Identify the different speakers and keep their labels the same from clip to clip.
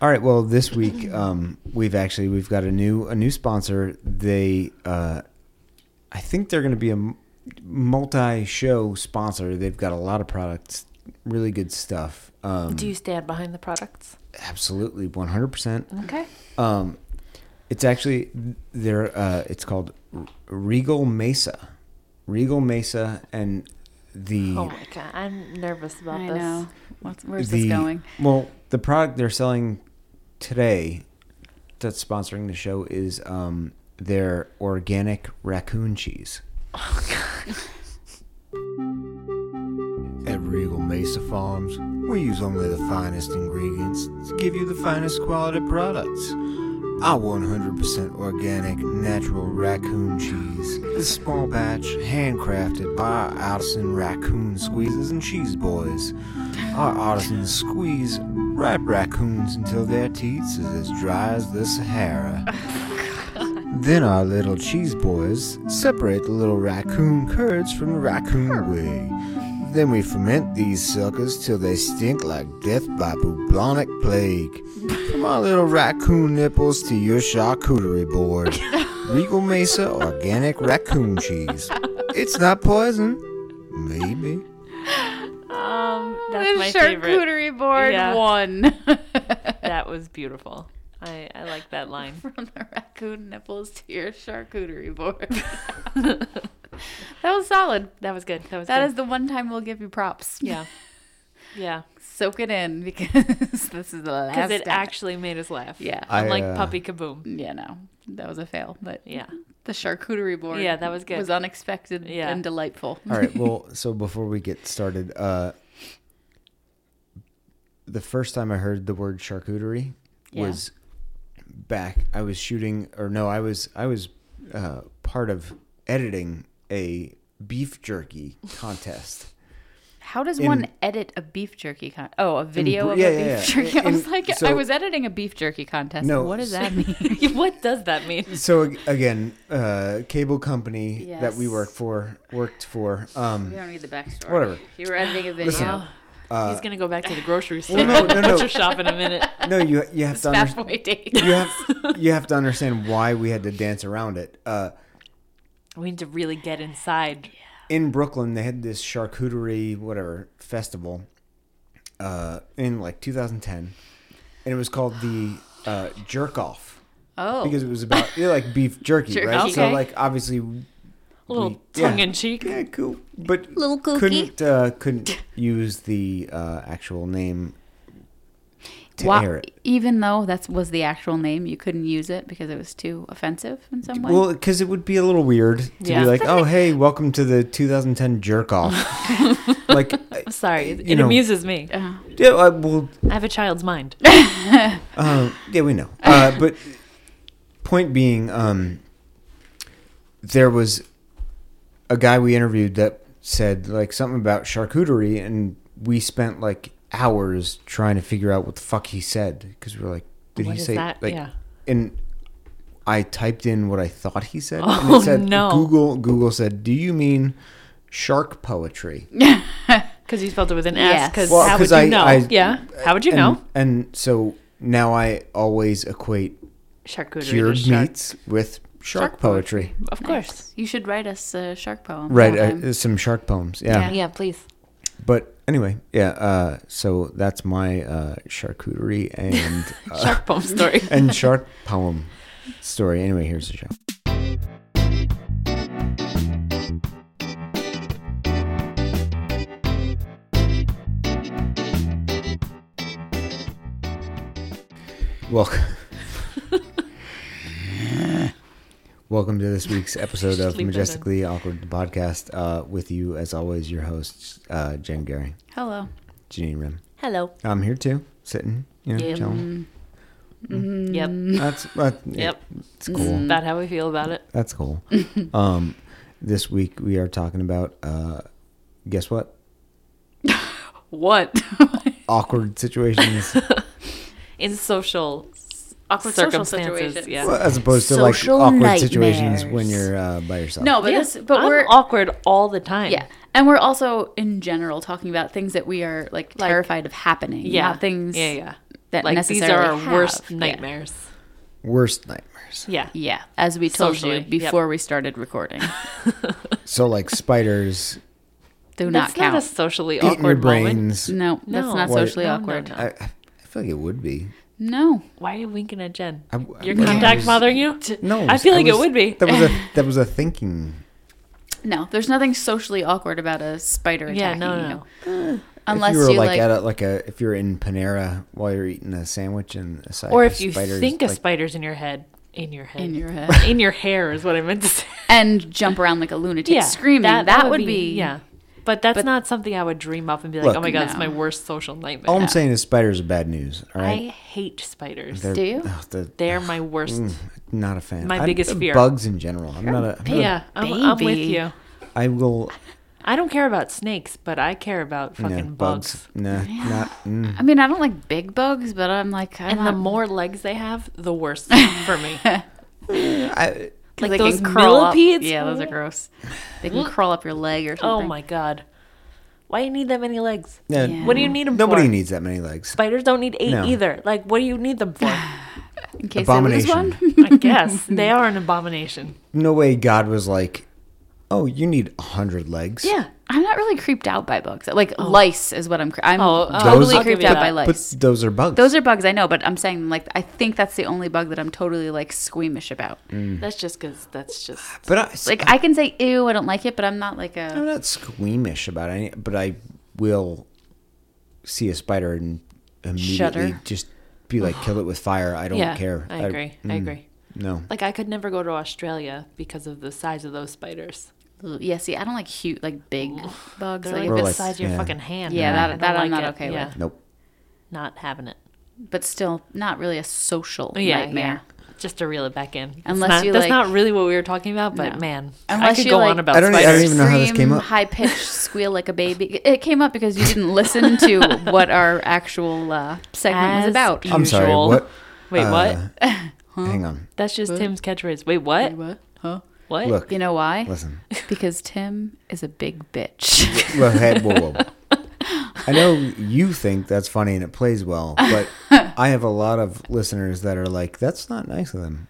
Speaker 1: All right. Well, this week um, we've actually we've got a new a new sponsor. They uh, I think they're going to be a multi show sponsor. They've got a lot of products, really good stuff. Um,
Speaker 2: Do you stand behind the products?
Speaker 1: absolutely, one hundred percent.
Speaker 2: Okay.
Speaker 1: Um, it's actually there. Uh, it's called Regal Mesa, Regal Mesa, and the
Speaker 2: Oh my god, I'm nervous about
Speaker 3: I
Speaker 2: this.
Speaker 3: know. What's, where's
Speaker 1: the
Speaker 3: this going?
Speaker 1: well, the product they're selling today that's sponsoring the show is um, their organic raccoon cheese. At Regal Mesa Farms, we use only the finest ingredients to give you the finest quality products. Our 100% organic natural raccoon cheese is small batch, handcrafted by our artisan raccoon squeezers and cheese boys. Our artisans squeeze ripe raccoons until their teats is as dry as the Sahara. Then our little cheese boys separate the little raccoon curds from the raccoon wig. Then we ferment these suckers till they stink like death by bubonic plague. From our little raccoon nipples to your charcuterie board. Regal Mesa organic raccoon cheese. It's not poison. Maybe.
Speaker 2: Um, that's
Speaker 3: the
Speaker 2: my favorite.
Speaker 3: charcuterie board
Speaker 2: Yeah.
Speaker 3: one.
Speaker 2: That was beautiful. I, I like that line.
Speaker 3: From the raccoon nipples to your charcuterie board. that was solid.
Speaker 2: That was good. That was
Speaker 3: That
Speaker 2: good.
Speaker 3: is the one time we'll give you props.
Speaker 2: yeah, yeah.
Speaker 3: Soak it in because this is the last
Speaker 2: Because it
Speaker 3: time.
Speaker 2: actually made us laugh.
Speaker 3: Yeah.
Speaker 1: I,
Speaker 2: Unlike
Speaker 1: uh,
Speaker 2: Puppy Kaboom.
Speaker 3: yeah, no. That was a fail, but
Speaker 2: Yeah.
Speaker 3: the charcuterie board.
Speaker 2: Yeah, that was good.
Speaker 3: Was unexpected
Speaker 2: Yeah.
Speaker 3: and delightful.
Speaker 1: All right. Well, so before we get started, uh, the first time I heard the word charcuterie
Speaker 3: Yeah.
Speaker 1: was back. I was shooting, or no, I was I was uh, part of editing a beef jerky contest.
Speaker 3: How does
Speaker 1: In-
Speaker 3: one edit a beef jerky con? Oh, a video
Speaker 1: br-
Speaker 3: of
Speaker 1: yeah,
Speaker 3: a
Speaker 1: yeah,
Speaker 3: beef
Speaker 1: yeah.
Speaker 3: jerky. I was
Speaker 1: In-
Speaker 3: like, I
Speaker 1: so-
Speaker 3: was editing a beef jerky contest.
Speaker 1: No,
Speaker 3: what does
Speaker 1: so-
Speaker 3: that mean?
Speaker 2: what does that mean?
Speaker 1: So ag- again, uh, cable company that we
Speaker 3: Yes.
Speaker 1: work for worked for. Um,
Speaker 3: we don't need the backstory.
Speaker 1: Whatever.
Speaker 3: You were editing a video.
Speaker 1: Listen,
Speaker 2: He's gonna go back to the grocery store,
Speaker 1: Uh, well, no, no, no.
Speaker 2: butcher shop in a minute.
Speaker 1: no, you you have to understand.
Speaker 3: halfway date.
Speaker 1: You have you have to understand why we had to dance around it. Uh,
Speaker 2: We need to really get inside.
Speaker 1: in Brooklyn, they had this charcuterie whatever festival uh, in like 2010, and it was called the uh, Jerk Off
Speaker 3: Oh,
Speaker 1: because it was about yeah, like beef jerky,
Speaker 3: Jerk
Speaker 1: right? So
Speaker 2: off.
Speaker 1: like obviously,
Speaker 2: A little
Speaker 1: We- yeah.
Speaker 2: tongue in cheek.
Speaker 1: yeah, cool, but
Speaker 3: Little kooky.
Speaker 1: couldn't uh, couldn't use the uh, actual name to
Speaker 3: Why-
Speaker 1: air it.
Speaker 3: even though that was the actual name, you couldn't use it because it was too offensive in some way.
Speaker 1: Well, because it would be a little weird to
Speaker 2: Yeah.
Speaker 1: be like, "Oh, hey, welcome to the 2010 jerk off." like,
Speaker 2: I'm sorry. It,
Speaker 1: You
Speaker 2: it
Speaker 1: know-
Speaker 2: amuses me.
Speaker 1: yeah, uh, well,
Speaker 2: I have a child's mind.
Speaker 1: Uh, yeah, we know. Uh, but point being, um, there was a guy we interviewed that said like something about charcuterie, and we spent like hours trying to figure out what the fuck he said because we were like, did
Speaker 2: What
Speaker 1: he
Speaker 2: is
Speaker 1: say
Speaker 2: that?
Speaker 1: like?
Speaker 2: Yeah.
Speaker 1: And I typed in what I thought he said, and
Speaker 2: Oh,
Speaker 1: it said
Speaker 2: no.
Speaker 1: Google. Google said, "Do you mean shark poetry?"
Speaker 2: Because you spelled it with an S.
Speaker 3: Yes.
Speaker 2: Because
Speaker 1: Well,
Speaker 2: how
Speaker 1: 'cause
Speaker 2: would you
Speaker 1: I-
Speaker 2: know?
Speaker 1: I-
Speaker 2: yeah. How would you
Speaker 1: and,
Speaker 2: know?
Speaker 1: And so now I always equate
Speaker 2: Charcuterie. to
Speaker 1: cured
Speaker 2: shark.
Speaker 1: meats with shark,
Speaker 3: Shark poetry.
Speaker 1: poetry.
Speaker 2: Of course.
Speaker 3: you should write us a shark poem.
Speaker 1: Right,
Speaker 3: sometime.
Speaker 1: uh, some shark poems. Yeah.
Speaker 2: Yeah, please.
Speaker 1: But anyway, yeah. Uh, so that's my uh, charcuterie and uh,
Speaker 2: Shark poem story.
Speaker 1: and shark poem story. Anyway, here's the show. Welcome. Welcome to this week's episode
Speaker 2: Just
Speaker 1: of
Speaker 2: leave that in.
Speaker 1: Majestically Awkward the Podcast. Uh, with you, as always, your hosts, uh, Jen Gary,
Speaker 3: Hello.
Speaker 1: Janine Rim.
Speaker 2: Hello.
Speaker 1: I'm here too, sitting, you know,
Speaker 2: Yep.
Speaker 1: chilling.
Speaker 2: Yep.
Speaker 1: That's that,
Speaker 2: Yep.
Speaker 1: It's cool.
Speaker 2: About how we feel about it.
Speaker 1: That's cool. um, this week we are talking about uh, guess what?
Speaker 2: What?
Speaker 1: Awkward situations,
Speaker 2: In social s-
Speaker 3: Awkward social
Speaker 2: circumstances.
Speaker 3: situations.
Speaker 2: yeah.
Speaker 1: well, as opposed to
Speaker 3: Social
Speaker 1: like awkward situations when
Speaker 3: nightmares.
Speaker 1: you're uh, by yourself.
Speaker 3: No, but
Speaker 2: Yeah,
Speaker 3: this, but
Speaker 2: I'm
Speaker 3: we're
Speaker 2: awkward all the time.
Speaker 3: yeah, and we're also in general talking about things that we are like, terrified of happening.
Speaker 2: Yeah.
Speaker 3: not things
Speaker 2: Yeah. Yeah.
Speaker 3: that
Speaker 2: Like these are
Speaker 3: necessarily
Speaker 2: our worst
Speaker 3: have- yeah.
Speaker 2: nightmares.
Speaker 1: Worst nightmares.
Speaker 2: Yeah.
Speaker 3: Yeah, as we told
Speaker 2: Socially,
Speaker 3: you
Speaker 2: yep.
Speaker 3: before we started recording,
Speaker 1: So like spiders
Speaker 3: do
Speaker 2: That's
Speaker 3: not count.
Speaker 2: a socially
Speaker 1: eating your
Speaker 2: awkward moment.
Speaker 1: brains.
Speaker 3: no, that's
Speaker 2: No.
Speaker 3: not
Speaker 2: What-
Speaker 3: socially
Speaker 2: No, no,
Speaker 3: awkward.
Speaker 2: no.
Speaker 3: No,
Speaker 2: I-
Speaker 1: I, I feel like it would be.
Speaker 2: Why are you winking at Jen?
Speaker 1: I w-
Speaker 2: Your
Speaker 1: no, I
Speaker 2: contact
Speaker 1: was-
Speaker 2: bothering you?
Speaker 1: No,
Speaker 2: I feel like it
Speaker 1: was-
Speaker 2: would be.
Speaker 1: That was a that was a thinking.
Speaker 3: no, there's nothing socially awkward about a spider attacking
Speaker 2: Yeah, no, no.
Speaker 3: you,
Speaker 2: no.
Speaker 3: unless
Speaker 1: if you
Speaker 3: you,
Speaker 1: were like,
Speaker 3: like.
Speaker 1: at a, like a if you're in Panera while you're eating a sandwich and a side
Speaker 2: Or
Speaker 1: of
Speaker 2: if you
Speaker 1: spiders,
Speaker 2: think a
Speaker 1: like,
Speaker 2: spider's in your head, in your head,
Speaker 3: in your head
Speaker 2: in your hair is what I meant to say.
Speaker 3: and jump around like a lunatic screaming that, would be,
Speaker 2: yeah. But that's
Speaker 3: but-
Speaker 2: not something I would dream up and be like,
Speaker 1: Look, Oh
Speaker 2: oh my god, it's
Speaker 3: No.
Speaker 2: my worst social nightmare.
Speaker 1: all I'm saying is spiders are bad news. All
Speaker 2: I
Speaker 1: right,
Speaker 2: hate spiders.
Speaker 1: They're-
Speaker 3: Do you?
Speaker 1: ugh, they're-
Speaker 2: They're my worst.
Speaker 1: Mm. not a fan.
Speaker 2: my
Speaker 1: I'm-
Speaker 2: biggest
Speaker 1: uh,
Speaker 2: fear.
Speaker 1: Bugs in general. I'm not a. I'm not a-
Speaker 2: Yeah, I'm, I'm with
Speaker 3: baby.
Speaker 2: you.
Speaker 1: I will.
Speaker 2: I don't care about snakes, but I care about
Speaker 1: no,
Speaker 2: fucking bugs.
Speaker 1: bugs. Nah, not. Mm,
Speaker 3: I mean, I don't like big bugs, but I'm like, I'm
Speaker 2: And
Speaker 3: not,
Speaker 2: the more legs they have, the worse for me.
Speaker 1: I,
Speaker 2: like
Speaker 3: like, they
Speaker 2: those
Speaker 3: can crawl up-
Speaker 2: millipedes?
Speaker 3: Yeah, those are gross. They can crawl up your leg or
Speaker 2: oh
Speaker 3: something.
Speaker 2: my god, why do you need that many legs?
Speaker 1: yeah,
Speaker 3: Yeah.
Speaker 2: What do you need them
Speaker 1: Nobody
Speaker 2: for?
Speaker 1: needs that many legs.
Speaker 2: Spiders don't need eight
Speaker 1: No.
Speaker 2: either. Like, what do you need them for? I
Speaker 3: In case I lose one,
Speaker 1: Abomination.
Speaker 2: guess they are an abomination.
Speaker 1: No way. God was like, oh, you need a hundred legs.
Speaker 2: Yeah,
Speaker 3: I'm not really creeped out by bugs. Like lice is what I'm. Cre- I'm
Speaker 2: Oh, oh,
Speaker 1: Those-
Speaker 3: totally
Speaker 1: I'll
Speaker 3: creeped
Speaker 2: give you
Speaker 3: out by
Speaker 2: that.
Speaker 3: lice.
Speaker 1: But those are bugs.
Speaker 3: Those are bugs I know, but I'm saying like I think that's the only bug that I'm totally like squeamish about.
Speaker 1: Mm.
Speaker 2: that's just because that's just
Speaker 1: But I,
Speaker 3: Like I can say ew, I don't like it, but I'm not like
Speaker 1: I'm
Speaker 3: a
Speaker 1: not squeamish about any, but I will see a spider and immediately
Speaker 3: Shudder.
Speaker 1: just be like, kill it with fire. I don't
Speaker 2: yeah.
Speaker 1: care.
Speaker 2: I agree. I,
Speaker 1: mm,
Speaker 2: agree.
Speaker 1: No.
Speaker 2: Like I could never go to Australia because of the size of those spiders.
Speaker 3: yeah. See, I don't like huge like big bugs.
Speaker 2: They're like,
Speaker 3: Like,
Speaker 1: Or
Speaker 3: if
Speaker 2: the
Speaker 1: like-
Speaker 3: it's,
Speaker 2: size of your
Speaker 1: yeah.
Speaker 2: fucking hand.
Speaker 3: Yeah,
Speaker 2: I
Speaker 3: that-
Speaker 2: don't
Speaker 3: that I'm
Speaker 2: like
Speaker 3: not
Speaker 2: it.
Speaker 3: okay with.
Speaker 2: yeah.
Speaker 1: Nope.
Speaker 2: Not having it.
Speaker 3: but still not really a social
Speaker 2: Yeah,
Speaker 3: nightmare.
Speaker 2: yeah. Just to reel it back in. It's
Speaker 3: Unless
Speaker 2: not-
Speaker 3: you,
Speaker 2: that's
Speaker 3: like-
Speaker 2: not really what we were talking about, but
Speaker 3: No.
Speaker 2: man,
Speaker 3: Unless
Speaker 2: I could
Speaker 3: you,
Speaker 2: go
Speaker 3: like-
Speaker 2: on about
Speaker 1: I don't- e- I
Speaker 2: spiders.
Speaker 1: don't even know how this came up.
Speaker 3: High pitched squeal like a baby. It came up because you didn't listen to what our actual uh, segment was
Speaker 2: As
Speaker 3: about.
Speaker 2: you-
Speaker 1: I'm sorry.
Speaker 2: Usual.
Speaker 1: What?
Speaker 2: Wait, what?
Speaker 1: Uh, Hang on.
Speaker 2: That's just Tim's catchphrase. Wait, what?
Speaker 3: What? Huh?
Speaker 2: What?
Speaker 1: Look.
Speaker 3: You know why?
Speaker 1: Listen.
Speaker 3: Because Tim is a big bitch.
Speaker 1: Well, hey, whoa, whoa. I know you think that's funny and it plays well, but I have a lot of listeners that are like, "That's not nice of them."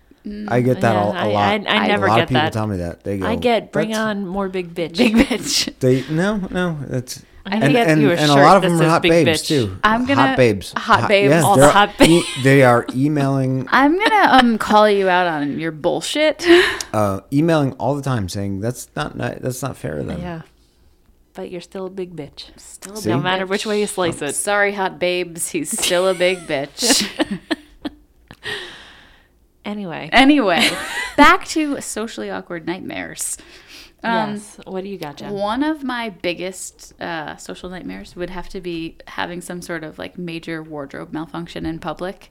Speaker 1: I get that
Speaker 2: Mm, Yeah,
Speaker 1: all, a
Speaker 2: I-
Speaker 1: lot.
Speaker 2: I- I never
Speaker 1: a lot
Speaker 2: get
Speaker 1: of people
Speaker 2: that.
Speaker 1: tell me that. They go,
Speaker 2: I get bring
Speaker 1: "That's-
Speaker 2: on more big bitch.
Speaker 3: big bitch.
Speaker 1: They no, no. That's
Speaker 2: I think I'd do a
Speaker 1: and a
Speaker 2: shirt
Speaker 1: lot of
Speaker 2: that
Speaker 1: them are
Speaker 2: says
Speaker 1: hot
Speaker 2: big
Speaker 1: babes
Speaker 2: bitch.
Speaker 1: too.
Speaker 3: I'm
Speaker 1: hot
Speaker 3: gonna-
Speaker 1: babes.
Speaker 3: hot babes.
Speaker 2: All
Speaker 1: they're-
Speaker 2: the hot babes.
Speaker 1: e- they are emailing,
Speaker 3: I'm gonna um call you out on your bullshit.
Speaker 1: uh, emailing all the time, saying that's not ni- that's not fair to them.
Speaker 2: Yeah. But you're still a big bitch.
Speaker 3: Still
Speaker 1: See?
Speaker 2: No matter which way you slice it.
Speaker 3: Sorry, hot babes. He's still a big bitch.
Speaker 2: Anyway.
Speaker 3: anyway, back to socially awkward nightmares. Um,
Speaker 2: yes. What do you got, Jen?
Speaker 3: One of my biggest uh, social nightmares would have to be having some sort of like major wardrobe malfunction in public.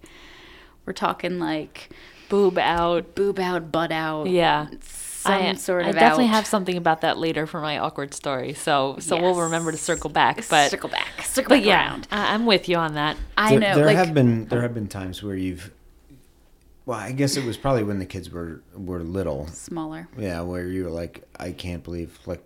Speaker 3: We're talking like
Speaker 2: Boob out.
Speaker 3: boob out, butt out,
Speaker 2: Yeah.
Speaker 3: some
Speaker 2: I,
Speaker 3: sort
Speaker 2: I
Speaker 3: of
Speaker 2: definitely
Speaker 3: out.
Speaker 2: have something about that later for my awkward story. So so we'll
Speaker 3: Yes.
Speaker 2: remember to circle back. But
Speaker 3: circle back, circle
Speaker 2: but
Speaker 3: back
Speaker 2: yeah,
Speaker 3: around.
Speaker 2: I, I'm with you on that.
Speaker 3: I
Speaker 1: There,
Speaker 3: know.
Speaker 1: there
Speaker 3: like,
Speaker 1: have been there have been times where you've. Well, I guess it was probably when the kids were were little.
Speaker 3: smaller.
Speaker 1: Yeah, where you were like, I can't believe like.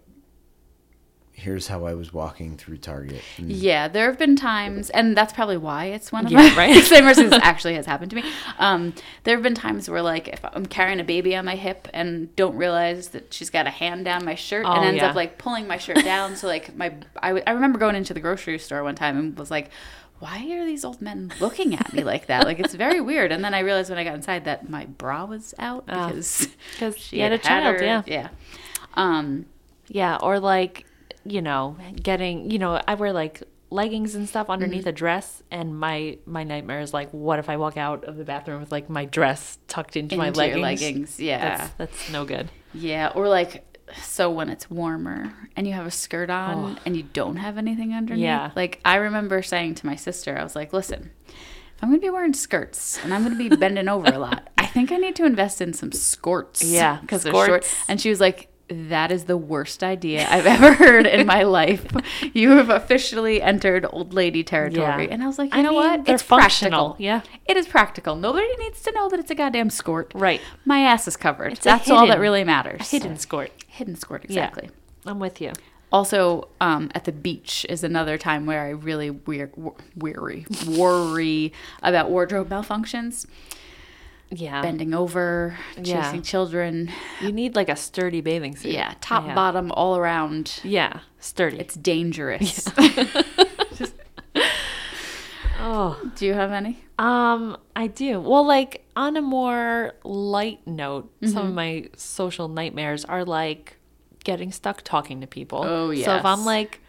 Speaker 1: Here's how I was walking through Target. And
Speaker 3: Yeah, there have been times, and that's probably why it's one of
Speaker 2: Yeah,
Speaker 3: my
Speaker 2: right.
Speaker 3: same reasons actually has happened to me. Um, there have been times where like if I'm carrying a baby on my hip and don't realize that she's got a hand down my shirt
Speaker 2: Oh,
Speaker 3: and ends
Speaker 2: yeah.
Speaker 3: up like pulling my shirt down. so like my I, w- I remember going into the grocery store one time and was like. Why are these old men looking at me like that? Like it's very weird. And then I realized when I got inside that my bra was out
Speaker 2: Ah.
Speaker 3: because
Speaker 2: Because you had a child,
Speaker 3: her-
Speaker 2: yeah.
Speaker 3: yeah. Um,
Speaker 2: Yeah, or like, you know, getting, you know, I wear like leggings and stuff underneath
Speaker 3: Mm-hmm.
Speaker 2: a dress and my my nightmare is like what if I walk out of the bathroom with like my dress tucked into, my
Speaker 3: into your
Speaker 2: leggings?
Speaker 3: leggings, yeah.
Speaker 2: That's that's no good.
Speaker 3: Yeah, or like so when it's warmer and you have a skirt on and you don't have anything underneath.
Speaker 2: Oh. Yeah.
Speaker 3: Like I remember saying to my sister, I was like, "Listen, if I'm going to be wearing skirts and I'm going to be bending over a lot, I think I need to invest in some skirts."
Speaker 2: Yeah,
Speaker 3: because they're short.
Speaker 2: skirts.
Speaker 3: And she was like. That is the worst idea I've ever heard in my life. You have officially entered old lady territory.
Speaker 2: Yeah.
Speaker 3: And I was like, you
Speaker 2: I
Speaker 3: know
Speaker 2: mean,
Speaker 3: what?
Speaker 2: they're
Speaker 3: It's practical.
Speaker 2: functional, yeah.
Speaker 3: It is practical. Nobody needs to know that it's a goddamn skirt.
Speaker 2: Right.
Speaker 3: My ass is covered.
Speaker 2: It's a
Speaker 3: That's all that
Speaker 2: hidden-
Speaker 3: really matters.
Speaker 2: Hidden skirt.
Speaker 3: Hidden squirt,
Speaker 2: Yeah.
Speaker 3: exactly.
Speaker 2: I'm with you.
Speaker 3: Also, um, at the beach is another time where I really weir- wor- weary worry about wardrobe malfunctions,
Speaker 2: Yeah.
Speaker 3: bending over, chasing
Speaker 2: Yeah.
Speaker 3: children.
Speaker 2: You need like a sturdy bathing suit.
Speaker 3: Yeah, top, bottom, all around.
Speaker 2: Yeah, sturdy.
Speaker 3: It's dangerous.
Speaker 2: oh.
Speaker 3: Do you have any?
Speaker 2: Um, I do. Well, like on a more light note,
Speaker 3: Mm-hmm.
Speaker 2: some of my social nightmares are like getting stuck talking to people.
Speaker 3: Oh,
Speaker 2: So if I'm
Speaker 3: yes.
Speaker 2: like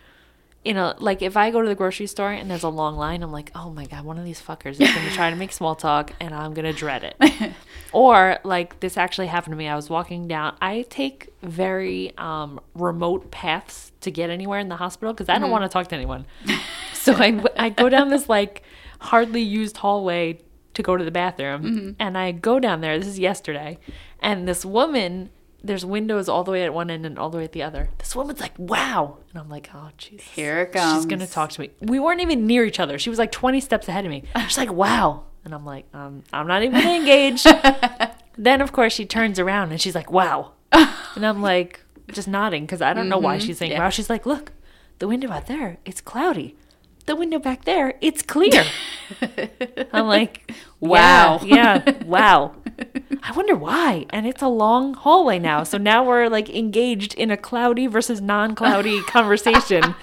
Speaker 2: you know, like if I go to the grocery store and there's a long line, I'm like, oh my God, one of these fuckers is going to try to make small talk and I'm going to dread it. or like this actually happened to me. I was walking down, I take very um, remote paths to get anywhere in the hospital because I
Speaker 3: Mm-hmm.
Speaker 2: don't want to talk to anyone. so I, I go down this like hardly used hallway to go to the bathroom and I go down there. This is yesterday. And this woman, there's windows all the way at one end and all the way at the other. This woman's like, wow. And I'm like, oh, Jesus.
Speaker 3: Here it
Speaker 2: She's gonna
Speaker 3: comes.
Speaker 2: talk to me. We weren't even near each other. She was like 20 steps ahead of me. She's like, wow. And I'm like, um, I'm not even engaged. then, of course, she turns around and she's like, wow. And I'm like, just nodding because I don't know why she's saying
Speaker 3: Mm-hmm. Yeah.
Speaker 2: wow. She's like, look, the window out there, it's cloudy. The window back there, it's clear. I'm like,
Speaker 3: Wow.
Speaker 2: Yeah, yeah, wow. I wonder why. And it's a long hallway now. So now we're like engaged in a cloudy versus non cloudy conversation.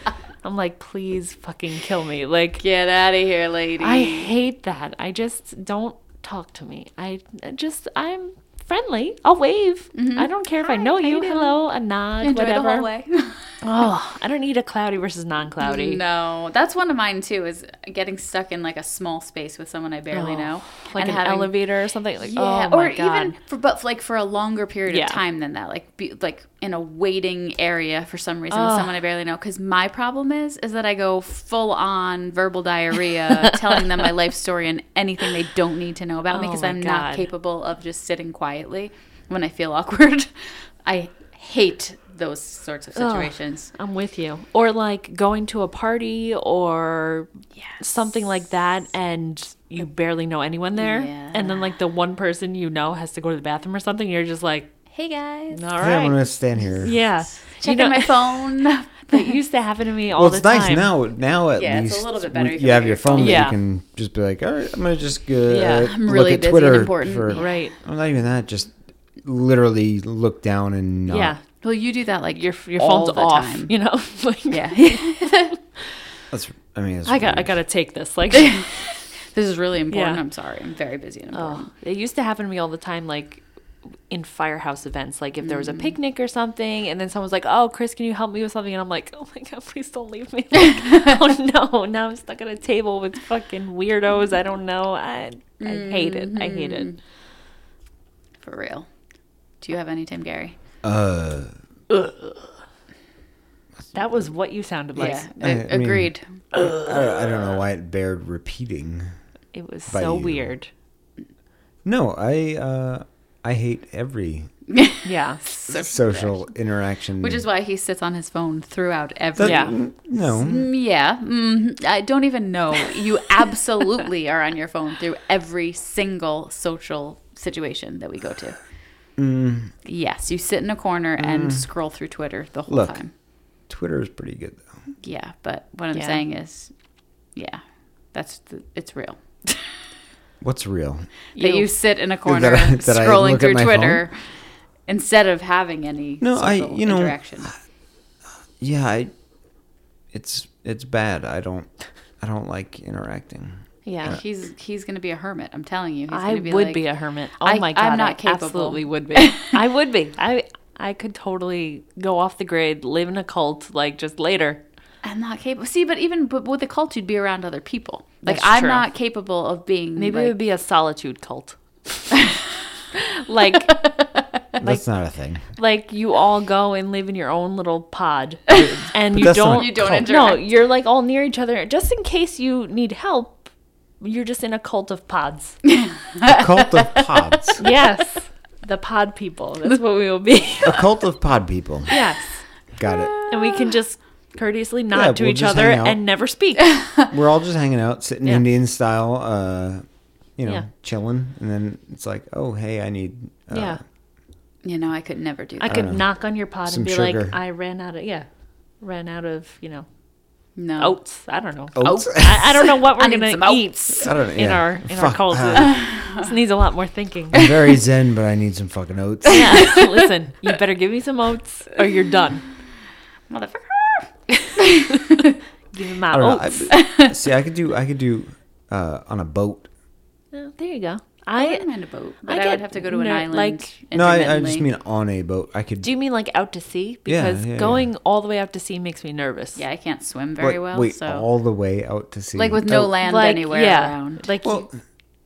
Speaker 2: I'm like, please fucking kill me. Like,
Speaker 3: Get out of here, lady.
Speaker 2: I hate that. I just don't talk to me. I I just, I'm friendly. I'll wave. I don't care if I know Mm-hmm. you. Hello, a nod,
Speaker 3: Enjoy
Speaker 2: whatever.
Speaker 3: the hallway.
Speaker 2: Oh, I don't need a cloudy versus non cloudy.
Speaker 3: no, that's one of mine too. Is getting stuck in like a small space with someone I barely know,
Speaker 2: Oh, Like an
Speaker 3: having-
Speaker 2: elevator or something. Like,
Speaker 3: Yeah,
Speaker 2: oh my
Speaker 3: or
Speaker 2: God.
Speaker 3: even for but like for a longer period
Speaker 2: Yeah.
Speaker 3: of time than that, like be, like in a waiting area for some reason
Speaker 2: Ugh.
Speaker 3: with someone I barely know. Because my problem is is that I go full on verbal diarrhea, telling them my life story and anything they don't need to know about me
Speaker 2: Oh
Speaker 3: because
Speaker 2: my
Speaker 3: I'm
Speaker 2: God.
Speaker 3: not capable of just sitting quietly when I feel awkward. I hate those sorts of situations.
Speaker 2: I'm with you. Or like going to a party or something like that and you barely know anyone there.
Speaker 3: Yeah.
Speaker 2: And then like the one person you know has to go to the bathroom or something. You're just like,
Speaker 3: Hey guys,
Speaker 2: all
Speaker 1: Yeah, I'm
Speaker 2: right.
Speaker 1: gonna stand here.
Speaker 2: Yeah.
Speaker 3: checking
Speaker 2: you know,
Speaker 3: my phone.
Speaker 2: that used to happen to me all
Speaker 1: Well,
Speaker 2: the
Speaker 1: it's
Speaker 2: time.
Speaker 1: nice now. Now at
Speaker 3: Yeah, it's a
Speaker 1: least
Speaker 3: little bit better.
Speaker 1: You,
Speaker 3: You can
Speaker 1: have
Speaker 3: look at
Speaker 1: your
Speaker 3: your
Speaker 1: phone.
Speaker 2: phone.
Speaker 1: but
Speaker 2: Yeah.
Speaker 1: You can just be like, all right, I'm gonna just go.
Speaker 2: Yeah,
Speaker 1: uh,
Speaker 3: I'm
Speaker 1: look
Speaker 3: really
Speaker 1: at
Speaker 3: busy and
Speaker 1: Twitter
Speaker 3: important.
Speaker 1: for
Speaker 2: Right.
Speaker 1: Well, not even that. Just literally look down and not.
Speaker 2: Yeah.
Speaker 3: well, you do that like
Speaker 2: Your, your
Speaker 3: All
Speaker 2: phone's
Speaker 3: the
Speaker 2: off,
Speaker 3: time.
Speaker 2: you know? like,
Speaker 3: yeah.
Speaker 1: That's. I mean, that's
Speaker 2: I got, I
Speaker 1: weird.
Speaker 2: got to take this. Like,
Speaker 3: This is really important.
Speaker 2: Yeah.
Speaker 3: I'm sorry. I'm very busy and important.
Speaker 2: Oh, it used to happen to me all the time, like in firehouse events. Like if there was a picnic or something, and then someone's like, "Oh, Chris, can you help me with something?" and I'm like, "Oh my god, please don't leave me!" Like, oh no, now I'm stuck at a table with fucking weirdos. I don't know. I I hate it. I hate it.
Speaker 3: For real. Do you have any Tim Gary?
Speaker 1: Uh,
Speaker 2: That was what you sounded like.
Speaker 1: I- I mean-
Speaker 3: agreed.
Speaker 1: I, I don't know why it bared repeating.
Speaker 2: It was
Speaker 1: By
Speaker 2: so
Speaker 1: you.
Speaker 2: weird.
Speaker 1: No, I. Uh, I hate every
Speaker 2: Yeah.
Speaker 1: social interaction.
Speaker 3: Which is why he sits on his phone throughout every.
Speaker 1: That-
Speaker 2: Yeah.
Speaker 1: No.
Speaker 3: Mm, yeah. Mm, I don't even know. You absolutely are on your phone through every single social situation that we go to.
Speaker 1: Mm.
Speaker 3: Yes, you sit in a corner and scroll through Twitter the whole
Speaker 1: Look.
Speaker 3: time.
Speaker 1: Twitter is pretty good though.
Speaker 3: Yeah, but what I'm
Speaker 2: Yeah.
Speaker 3: saying is, yeah, that's the, it's real.
Speaker 1: What's real?
Speaker 3: that you sit in a corner
Speaker 1: That I- that I look
Speaker 3: scrolling
Speaker 1: at
Speaker 3: through
Speaker 1: my
Speaker 3: Twitter instead of having any
Speaker 1: No, I-
Speaker 3: social
Speaker 1: you know,
Speaker 3: interaction.
Speaker 1: Yeah, I. It's it's bad. I don't. I don't like interacting.
Speaker 2: Yeah.
Speaker 3: he's he's gonna be a hermit. I'm telling you, he's
Speaker 2: I
Speaker 3: gonna be
Speaker 2: would
Speaker 3: like,
Speaker 2: be a hermit. Oh
Speaker 3: I-
Speaker 2: my
Speaker 3: I'm
Speaker 2: god, i
Speaker 3: not capable.
Speaker 2: absolutely would be. I would be. I I could totally go off the grid, live in a cult, like just later.
Speaker 3: I'm not capable. See, but even but with a cult, you'd be around other people. Like
Speaker 2: That's
Speaker 3: I'm
Speaker 2: true.
Speaker 3: not capable of being.
Speaker 2: Maybe
Speaker 3: like,
Speaker 2: it would be a solitude cult. like
Speaker 1: That's not a thing.
Speaker 2: like you all go and live in your own little pod and you
Speaker 1: that's not
Speaker 2: don't
Speaker 1: a
Speaker 3: You don't cult.
Speaker 2: No,
Speaker 3: interact.
Speaker 2: you're like all near each other just in case you need help. You're just in a cult of pods.
Speaker 1: A cult of pods.
Speaker 2: Yes. The pod people. That's what we will be.
Speaker 1: A cult of pod people.
Speaker 2: yes.
Speaker 1: Got it.
Speaker 2: And we can just courteously nod
Speaker 1: Yeah,
Speaker 2: to
Speaker 1: we'll
Speaker 2: each
Speaker 1: just
Speaker 2: other
Speaker 1: hang out. Uh,
Speaker 2: and never speak.
Speaker 1: We're all just hanging out, sitting
Speaker 2: Yeah.
Speaker 1: Indian style, uh, you know,
Speaker 2: Yeah.
Speaker 1: chilling, and then it's like, oh hey, I need. Uh,
Speaker 2: yeah.
Speaker 3: you know, I could never do
Speaker 2: I
Speaker 3: that.
Speaker 2: could knock on your pod
Speaker 1: Some
Speaker 2: and be
Speaker 1: sugar.
Speaker 2: like, I ran out of yeah. ran out of, you know,
Speaker 3: No.
Speaker 2: oats. I don't know.
Speaker 1: Oats?
Speaker 2: I, I don't know what
Speaker 3: I
Speaker 2: Oh, we're
Speaker 3: need
Speaker 2: going
Speaker 3: some
Speaker 2: to eat
Speaker 3: oats.
Speaker 1: I don't-
Speaker 2: in
Speaker 1: yeah.
Speaker 2: our in our
Speaker 1: Fuck,
Speaker 2: calls.
Speaker 1: uh,
Speaker 2: this needs a lot more thinking.
Speaker 1: I'm very zen, but I need some fucking oats.
Speaker 2: Yeah, listen, you better give me some oats or you're done.
Speaker 3: Motherfucker.
Speaker 2: Give me my
Speaker 1: I don't
Speaker 2: oats.
Speaker 1: know. I, see, I could do. I could do uh, on a boat.
Speaker 2: Oh, there you go.
Speaker 3: I
Speaker 2: I
Speaker 3: wouldn't mind a boat, but
Speaker 2: I
Speaker 3: I,
Speaker 2: get
Speaker 3: would have to go to an
Speaker 2: ner-
Speaker 3: island.
Speaker 2: like-
Speaker 1: No, I, I just
Speaker 3: intermittently.
Speaker 1: mean on a boat. I could
Speaker 2: do you mean like out to sea?
Speaker 1: Yeah,
Speaker 2: Because
Speaker 1: yeah, yeah.
Speaker 2: going all the way out to sea makes me nervous.
Speaker 3: Yeah, I can't swim very
Speaker 1: Wait,
Speaker 3: well,
Speaker 1: Wait,
Speaker 3: so
Speaker 1: all the way out to sea,
Speaker 3: like with no
Speaker 1: Oh,
Speaker 3: land
Speaker 2: Like,
Speaker 3: anywhere
Speaker 2: yeah,
Speaker 3: around.
Speaker 2: Like
Speaker 1: Well-
Speaker 2: you,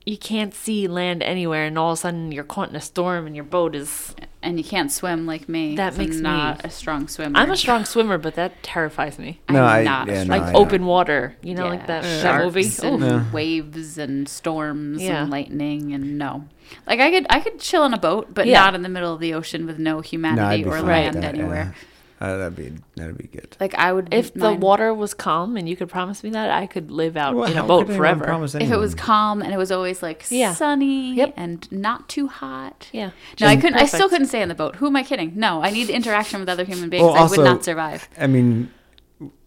Speaker 2: you can't see land anywhere, and all of a sudden you're caught in a storm, and your boat is.
Speaker 3: and you can't swim like me.
Speaker 2: That
Speaker 3: 'cause
Speaker 2: makes me-
Speaker 3: I'm not a strong swimmer.
Speaker 2: I'm a strong swimmer, but that terrifies me.
Speaker 1: No, I-
Speaker 3: I'm not a
Speaker 1: yeah, no,
Speaker 3: strong
Speaker 1: I
Speaker 2: like
Speaker 1: know.
Speaker 2: open water, you know, like that, that movie.
Speaker 3: sharks
Speaker 2: Ooh.
Speaker 3: and waves and storms
Speaker 2: Yeah.
Speaker 3: and lightning and no. Like I could I could chill on a boat, but
Speaker 2: Yeah.
Speaker 3: not in the middle of the ocean with no
Speaker 1: No, I'd
Speaker 3: humanity
Speaker 1: be
Speaker 3: or
Speaker 1: fine with
Speaker 3: land
Speaker 1: that,
Speaker 3: anywhere.
Speaker 1: yeah. Uh, that'd be that'd be good.
Speaker 3: Like I would
Speaker 2: If the
Speaker 3: mind-
Speaker 2: water was calm and you could promise me that, I could live out
Speaker 1: Well,
Speaker 2: in
Speaker 1: how
Speaker 2: a
Speaker 1: could
Speaker 2: boat
Speaker 1: anyone
Speaker 2: forever.
Speaker 1: promise
Speaker 3: if it was
Speaker 1: anyone?
Speaker 3: calm and it was always like
Speaker 2: Yeah.
Speaker 3: sunny
Speaker 2: Yep.
Speaker 3: and not too hot.
Speaker 2: Yeah.
Speaker 3: No, I couldn't. I still
Speaker 2: Perfect.
Speaker 3: couldn't stay on the boat. Who am I kidding? No, I need interaction with other human beings.
Speaker 1: Well,
Speaker 3: I
Speaker 1: also-
Speaker 3: would not survive.
Speaker 1: I mean,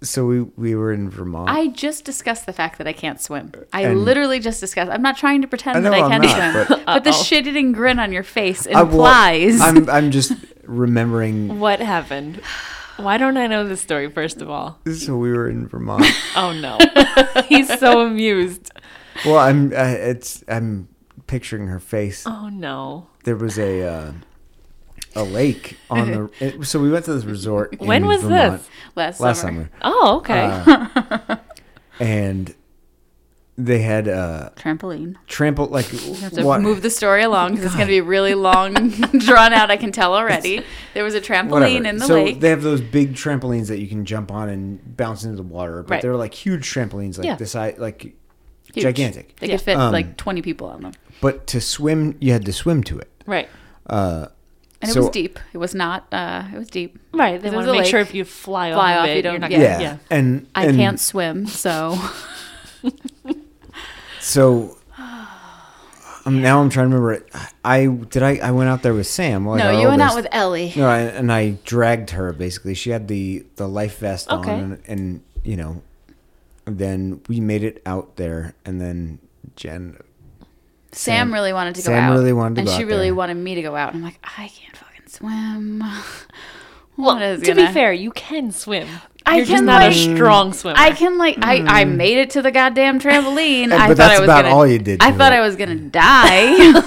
Speaker 1: so we we were in Vermont.
Speaker 3: I just discussed the fact that I can't swim. I
Speaker 1: And-
Speaker 3: literally just discussed. I'm not trying to pretend
Speaker 1: I know
Speaker 3: that I
Speaker 1: I'm
Speaker 3: can
Speaker 1: not,
Speaker 3: swim,
Speaker 1: but-
Speaker 3: but, the
Speaker 2: Uh-oh.
Speaker 3: shit-eating grin on your face
Speaker 1: I will-
Speaker 3: implies.
Speaker 1: I'm I'm just remembering.
Speaker 2: What happened? Why don't I know this story, first of all?
Speaker 1: So we were in Vermont.
Speaker 2: Oh no. He's so amused.
Speaker 1: well, I'm uh, it's I'm picturing her face.
Speaker 2: Oh no.
Speaker 1: There was a uh, a lake on the. It, so we went to this resort.
Speaker 2: When
Speaker 1: in
Speaker 2: was
Speaker 1: Vermont
Speaker 2: this?
Speaker 3: last,
Speaker 1: Last
Speaker 3: summer.
Speaker 1: summer,
Speaker 2: Oh, okay.
Speaker 1: Uh, and they had uh,
Speaker 3: Trampoline.
Speaker 1: trample like
Speaker 3: So
Speaker 1: what-
Speaker 3: move the story along because it's going to be really long, drawn out. I can tell already. There was a trampoline
Speaker 1: whatever.
Speaker 3: in the
Speaker 1: so
Speaker 3: lake.
Speaker 1: they have those big trampolines that you can jump on and bounce into the water, but
Speaker 2: Right.
Speaker 1: they're like huge trampolines, like
Speaker 2: Yeah.
Speaker 1: the size, like
Speaker 3: Huge.
Speaker 1: gigantic.
Speaker 3: They
Speaker 2: Yeah.
Speaker 3: could fit
Speaker 1: Um,
Speaker 3: like 20 people on them,
Speaker 1: But to swim, you had to swim to it.
Speaker 2: Right.
Speaker 1: Uh,
Speaker 3: and
Speaker 1: so-
Speaker 3: it was deep. It was not. Uh, it was deep.
Speaker 2: Right. They
Speaker 3: This
Speaker 2: want
Speaker 3: is
Speaker 2: to
Speaker 3: a
Speaker 2: make
Speaker 3: lake.
Speaker 2: sure if you fly,
Speaker 3: Fly
Speaker 2: off,
Speaker 3: off,
Speaker 2: of it,
Speaker 3: you
Speaker 2: you
Speaker 3: don't-
Speaker 2: are not
Speaker 3: yeah.
Speaker 2: yeah.
Speaker 1: Yeah.
Speaker 2: gonna yeah.
Speaker 1: and
Speaker 3: I
Speaker 1: and
Speaker 3: can't swim, so
Speaker 1: So um, now I'm trying to remember. It. I did I I went out there with Sam. like,
Speaker 3: no.
Speaker 1: our
Speaker 3: You went out
Speaker 1: oldest.
Speaker 3: with Ellie.
Speaker 1: No, I, and I dragged her basically. She had the the life vest
Speaker 2: Okay.
Speaker 1: on, and, and you know, then we made it out there, and then Jen.
Speaker 3: Sam,
Speaker 1: Sam-
Speaker 3: really wanted to go
Speaker 1: Sam
Speaker 3: out.
Speaker 1: really wanted to
Speaker 3: and
Speaker 1: go
Speaker 3: she
Speaker 1: out
Speaker 3: really
Speaker 1: there.
Speaker 3: wanted me to go out. And I'm like, I can't fucking swim.
Speaker 2: Well,
Speaker 3: What is
Speaker 2: to be
Speaker 3: gonna-
Speaker 2: fair, you can swim.
Speaker 3: I
Speaker 2: You're just
Speaker 3: can,
Speaker 2: not a
Speaker 3: like-
Speaker 2: strong swimmer.
Speaker 3: I can like I, I made it to the goddamn trampoline.
Speaker 1: Mm. But
Speaker 3: I thought
Speaker 1: that's
Speaker 3: I was
Speaker 1: about
Speaker 3: gonna,
Speaker 1: all you did
Speaker 3: I
Speaker 1: to
Speaker 3: thought
Speaker 1: it.
Speaker 3: I was gonna die.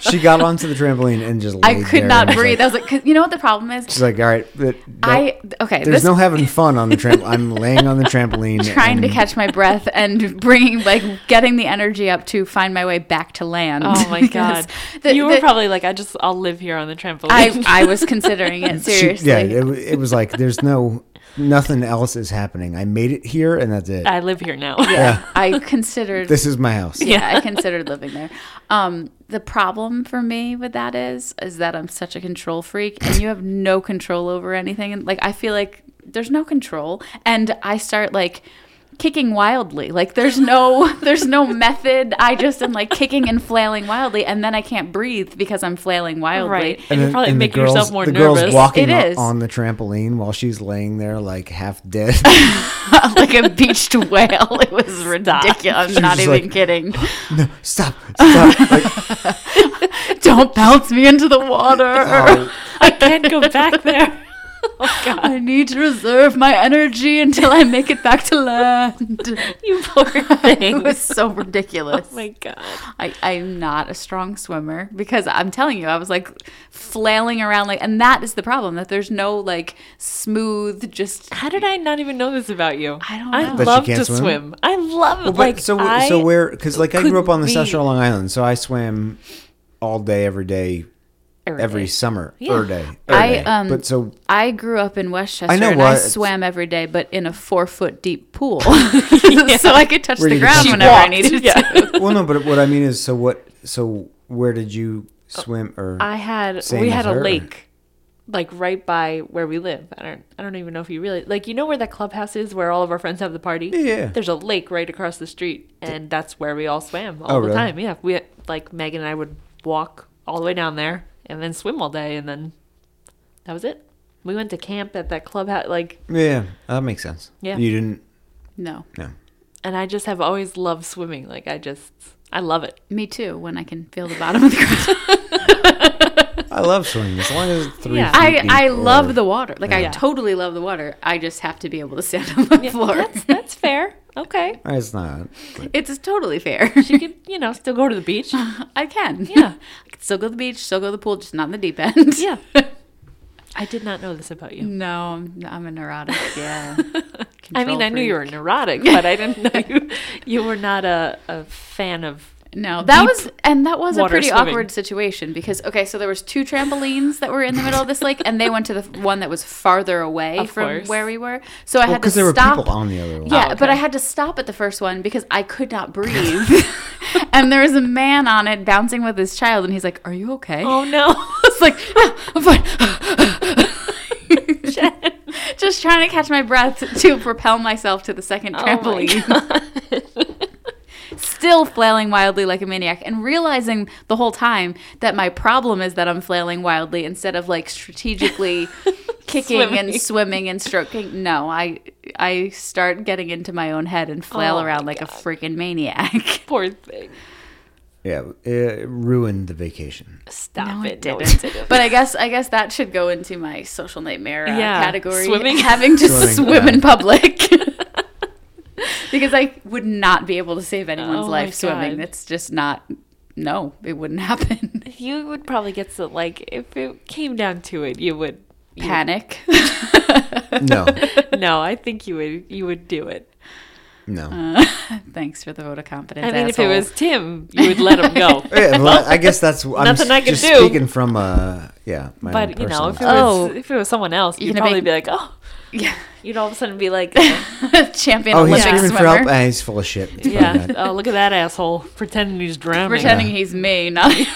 Speaker 1: She got onto the trampoline and just.
Speaker 3: I
Speaker 1: laid
Speaker 3: could
Speaker 1: there
Speaker 3: not
Speaker 1: and was
Speaker 3: breathe. I
Speaker 1: Like,
Speaker 3: was like, 'cause you know what the problem is?
Speaker 1: she's like, all right, but
Speaker 3: I okay.
Speaker 1: there's
Speaker 3: This
Speaker 1: no having fun on the trampoline. I'm laying on the trampoline,
Speaker 3: trying to
Speaker 1: and-
Speaker 3: catch my breath and bringing like getting the energy up to find my way back to land.
Speaker 2: oh my
Speaker 3: Because
Speaker 2: god.
Speaker 3: the-
Speaker 2: you were
Speaker 3: the-
Speaker 2: probably like, I just I'll live here on the trampoline.
Speaker 3: I I was considering it
Speaker 1: She-
Speaker 3: seriously.
Speaker 1: yeah, it, wa- it was like there's no nothing else is happening. I made it here, and that's it.
Speaker 2: I live here now.
Speaker 1: yeah,
Speaker 3: I considered
Speaker 1: this is my house.
Speaker 3: yeah, I considered living there. Um, the problem for me with that is, is that I'm such a control freak, and you have no control over anything. And like, I feel like there's no control, and I start like kicking wildly. Like, there's no, there's no method. I just am like kicking and flailing wildly, and then I can't breathe because I'm flailing wildly.
Speaker 2: Right. And, you're probably
Speaker 1: the
Speaker 2: making yourself more
Speaker 1: the
Speaker 2: nervous.
Speaker 1: girl's walking
Speaker 3: It
Speaker 1: o-
Speaker 3: is.
Speaker 1: on the trampoline while she's laying there like half dead.
Speaker 3: like a beached whale. It was ridiculous. I'm not
Speaker 1: just
Speaker 3: even
Speaker 1: like-
Speaker 3: kidding.
Speaker 1: stop, stop. Like,
Speaker 3: Don't bounce me into the water.
Speaker 1: oh,
Speaker 2: I can't go back there. Oh god.
Speaker 3: I need to reserve my energy until I make it back to land.
Speaker 2: You poor thing.
Speaker 3: it was so ridiculous.
Speaker 2: Oh my god.
Speaker 3: I, I'm not a strong swimmer because I'm telling you, I was like flailing around like and that is the problem, that there's no like smooth just
Speaker 2: How did I not even know this about you?
Speaker 3: I don't know.
Speaker 2: I
Speaker 3: That you
Speaker 2: love
Speaker 1: can't
Speaker 2: to
Speaker 1: swim?
Speaker 2: swim. I love
Speaker 1: Well, but
Speaker 2: like
Speaker 1: so
Speaker 2: I,
Speaker 1: so where? Because like I
Speaker 2: could
Speaker 1: grew up on the South
Speaker 2: be-
Speaker 1: Shore Long Island, so I swam all day, every day, every,
Speaker 2: day.
Speaker 1: summer,
Speaker 2: Yeah.
Speaker 1: every day.
Speaker 3: I,
Speaker 1: every day.
Speaker 3: um,
Speaker 1: but so
Speaker 3: I grew up in Westchester
Speaker 1: I know
Speaker 3: and
Speaker 1: why
Speaker 3: I
Speaker 1: it's-
Speaker 3: swam every day but in a four foot deep pool. so I could touch
Speaker 1: Where
Speaker 3: the
Speaker 1: you could
Speaker 3: ground
Speaker 1: see-
Speaker 3: whenever I
Speaker 2: walked,
Speaker 3: needed
Speaker 2: yeah.
Speaker 3: to.
Speaker 1: well, no, but what I mean is, so what? So where did you swim? Or
Speaker 2: I had
Speaker 1: Same
Speaker 2: we
Speaker 1: as
Speaker 2: had a
Speaker 1: her.
Speaker 2: lake like right by where we live. I don't I don't even know if you really like you know where that clubhouse is where all of our friends have the party?
Speaker 1: yeah.
Speaker 2: There's a lake right across the street and that's where we all swam all
Speaker 1: Oh,
Speaker 2: the
Speaker 1: really?
Speaker 2: time. Yeah. We like Megan and I would walk all the way down there and then swim all day and then that was it. We went to camp at that clubhouse, like,
Speaker 1: Yeah, that makes sense.
Speaker 2: Yeah.
Speaker 1: You didn't.
Speaker 3: No.
Speaker 1: No.
Speaker 2: and I just have always loved swimming. Like, I just, I love it.
Speaker 3: Me too, when I can feel the bottom of the ground.
Speaker 1: I love swimming as long as it's three.
Speaker 2: Yeah.
Speaker 1: feet
Speaker 3: I,
Speaker 1: deep
Speaker 3: I
Speaker 1: or-
Speaker 3: love the water. Like, I
Speaker 2: Yeah.
Speaker 3: totally love the water. I just have to be able to stand on the floor.
Speaker 2: That's, that's fair. Okay.
Speaker 1: It's not. but-
Speaker 3: It's totally fair.
Speaker 2: She could, you know, still go to the beach.
Speaker 3: I can.
Speaker 2: Yeah.
Speaker 3: I can still go to the beach, still go to the pool, just not in the deep end.
Speaker 2: Yeah. I did not know this about you.
Speaker 3: No, I'm, I'm a neurotic. Yeah.
Speaker 2: I mean,
Speaker 3: Control
Speaker 2: I knew you were
Speaker 3: freak.
Speaker 2: neurotic, but I didn't know you, you were not a, a fan of.
Speaker 3: No, that
Speaker 2: deep
Speaker 3: was and that was a
Speaker 2: water
Speaker 3: pretty
Speaker 2: swimming.
Speaker 3: awkward situation because okay, so there was two trampolines that were in the middle of this lake, and they went to the one that was farther away
Speaker 2: Of
Speaker 3: from
Speaker 2: course.
Speaker 3: where we were. So I
Speaker 1: Well,
Speaker 3: had to
Speaker 1: because there were
Speaker 3: stop.
Speaker 1: people on the other one.
Speaker 3: yeah,
Speaker 2: Oh,
Speaker 3: but I
Speaker 2: okay.
Speaker 3: had to stop at the first one because I could not breathe, and there was a man on it bouncing with his child, and he's like, "Are you okay?"
Speaker 2: Oh no,
Speaker 3: It's like "Ah, I'm fine. Just trying to catch my breath to propel myself to the second
Speaker 2: Oh,
Speaker 3: trampoline. Still flailing wildly like a maniac and realizing the whole time that my problem is that I'm flailing wildly instead of like strategically kicking
Speaker 2: Swimming.
Speaker 3: and swimming and stroking. No, I I start getting into my own head and flail
Speaker 2: Oh my
Speaker 3: around like a freaking maniac.
Speaker 2: poor thing.
Speaker 1: Yeah, it ruined the vacation.
Speaker 2: Stop
Speaker 3: No,
Speaker 2: it.
Speaker 3: it
Speaker 2: No, it
Speaker 3: didn't.
Speaker 2: didn't.
Speaker 3: But I guess I guess that should go into my social nightmare uh,
Speaker 2: Yeah,
Speaker 3: category.
Speaker 2: swimming.
Speaker 3: having to
Speaker 1: Swimming,
Speaker 3: swim
Speaker 1: yeah.
Speaker 3: in public. because I would not be able to save anyone's
Speaker 2: Oh my
Speaker 3: life swimming.
Speaker 2: God.
Speaker 3: That's just not. No, it wouldn't happen.
Speaker 2: you would probably get so like if it came down to it, you would. you would-
Speaker 3: Panic.
Speaker 1: No,
Speaker 2: no, I think you would. You would do it.
Speaker 1: no.
Speaker 3: Thanks for the vote of confidence.
Speaker 2: I mean, if it
Speaker 3: asshole.
Speaker 2: was Tim, you would let him go.
Speaker 1: Yeah, well, I guess that's I'm
Speaker 2: Nothing I can
Speaker 1: just
Speaker 2: do.
Speaker 1: speaking from uh yeah my own
Speaker 2: But you
Speaker 1: personal
Speaker 2: know, if it was
Speaker 1: experience.
Speaker 3: Oh.
Speaker 2: if it was someone else,
Speaker 3: You're
Speaker 2: you'd
Speaker 3: gonna
Speaker 2: probably
Speaker 3: make-
Speaker 2: be like, oh,
Speaker 3: yeah,
Speaker 2: you'd all of a sudden be like,
Speaker 3: champion
Speaker 1: oh he's
Speaker 3: Olympic
Speaker 1: screaming
Speaker 3: swimmer,
Speaker 1: for help Ah, he's full of shit It's
Speaker 2: yeah,
Speaker 1: fine.
Speaker 2: oh look at that asshole pretending he's drowning.
Speaker 3: pretending he's me, not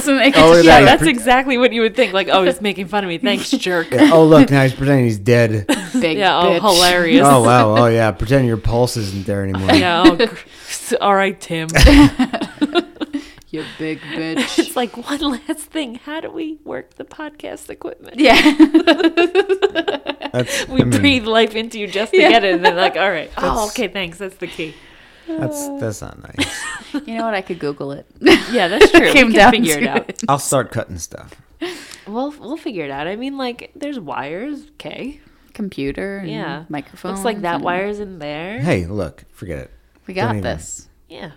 Speaker 3: swimming.
Speaker 1: Oh, look at
Speaker 2: Yeah,
Speaker 1: that.
Speaker 2: that's
Speaker 1: Pre-
Speaker 2: exactly what you would think. Like, oh, he's making fun of me. Thanks, jerk.
Speaker 1: Yeah, oh look now he's pretending he's dead
Speaker 3: big
Speaker 2: Yeah, oh,
Speaker 3: bitch.
Speaker 2: hilarious.
Speaker 1: oh wow oh yeah pretend your pulse isn't there anymore
Speaker 2: Yeah, oh, gr- all right, Tim.
Speaker 3: You big bitch.
Speaker 2: It's like one last thing. How do we work the podcast equipment?
Speaker 3: yeah.
Speaker 1: that's
Speaker 2: We
Speaker 1: I mean,
Speaker 2: breathe life into you just to
Speaker 3: Yeah.
Speaker 2: get it, and then like, all right, oh,
Speaker 1: That's-
Speaker 2: okay, thanks. That's the key.
Speaker 1: that's that's not nice
Speaker 3: You know what? I could Google it.
Speaker 2: Yeah, that's true.
Speaker 3: Came
Speaker 2: we can
Speaker 3: down
Speaker 2: figure it
Speaker 3: to
Speaker 2: out.
Speaker 3: it.
Speaker 1: I'll start cutting stuff
Speaker 2: We'll we'll figure it out. I mean, like, there's wires. Okay,
Speaker 3: Computer. And
Speaker 2: yeah,
Speaker 3: Microphone.
Speaker 2: Looks like that wire's in there.
Speaker 1: hey look forget it
Speaker 3: We got
Speaker 1: Don't even-
Speaker 3: this.
Speaker 2: Yeah,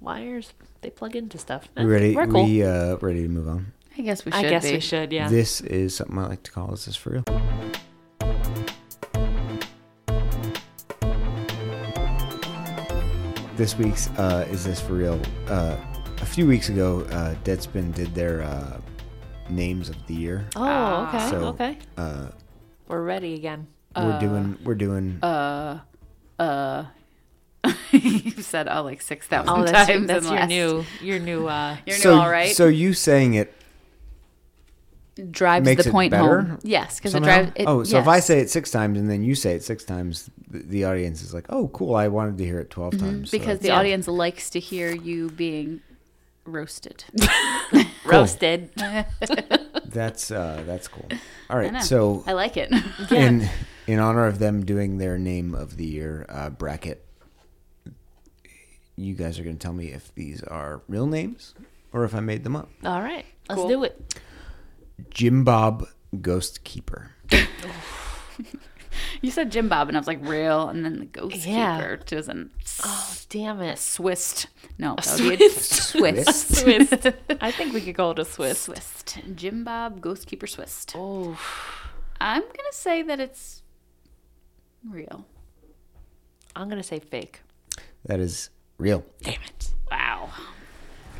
Speaker 2: wires. They plug into stuff.
Speaker 1: we ready
Speaker 2: We're cool.
Speaker 1: we uh ready to move on
Speaker 3: I guess we should.
Speaker 2: I guess
Speaker 3: be.
Speaker 2: we should. Yeah.
Speaker 1: this is something I like to call is this for real this week's uh, is this for real uh, a few weeks ago uh, deadspin did their uh, names of the year
Speaker 2: Oh, okay,
Speaker 1: So,
Speaker 2: okay.
Speaker 1: uh,
Speaker 2: We're ready again.
Speaker 3: Uh,
Speaker 1: we're doing we're doing
Speaker 3: You've said oh like six thousand
Speaker 2: Oh,
Speaker 3: times.
Speaker 2: that's,
Speaker 3: in
Speaker 2: your, that's
Speaker 3: the
Speaker 2: your
Speaker 3: last-
Speaker 2: new, your new. uh
Speaker 3: Your
Speaker 1: so,
Speaker 3: new all right
Speaker 1: so you saying it
Speaker 3: drives
Speaker 1: makes
Speaker 3: the
Speaker 1: it
Speaker 3: point
Speaker 1: better
Speaker 3: home. Yes, because it
Speaker 1: somehow?
Speaker 3: drives. It,
Speaker 1: oh so if i
Speaker 3: yes.
Speaker 1: say it six times and then you say it six times the, the audience is like oh cool i wanted to hear it 12 times so
Speaker 3: Mm-hmm. because the
Speaker 2: Yeah.
Speaker 3: audience likes to hear you being roasted.
Speaker 1: Cool.
Speaker 2: roasted.
Speaker 1: that's uh, that's cool all
Speaker 3: I know.
Speaker 1: right so
Speaker 3: I like it.
Speaker 1: in in honor of them doing their name of the year uh, bracket you guys are going to tell me if these are real names or if i made them up
Speaker 2: All right, let's
Speaker 3: Cool.
Speaker 2: do it.
Speaker 1: jim bob ghost keeper
Speaker 3: you said Jim Bob, and I was like real, and then the ghost
Speaker 2: Yeah.
Speaker 3: keeper doesn't.
Speaker 2: Oh, damn it.
Speaker 3: Swiss. No, that would be a Swiss.
Speaker 2: Swiss. I think we could call it a Swiss.
Speaker 3: Swiss. Jim Bob, Ghost Keeper Swiss.
Speaker 2: Oh,
Speaker 3: I'm gonna say that it's real.
Speaker 2: I'm gonna say fake.
Speaker 1: that is real
Speaker 2: Damn it!
Speaker 3: Wow.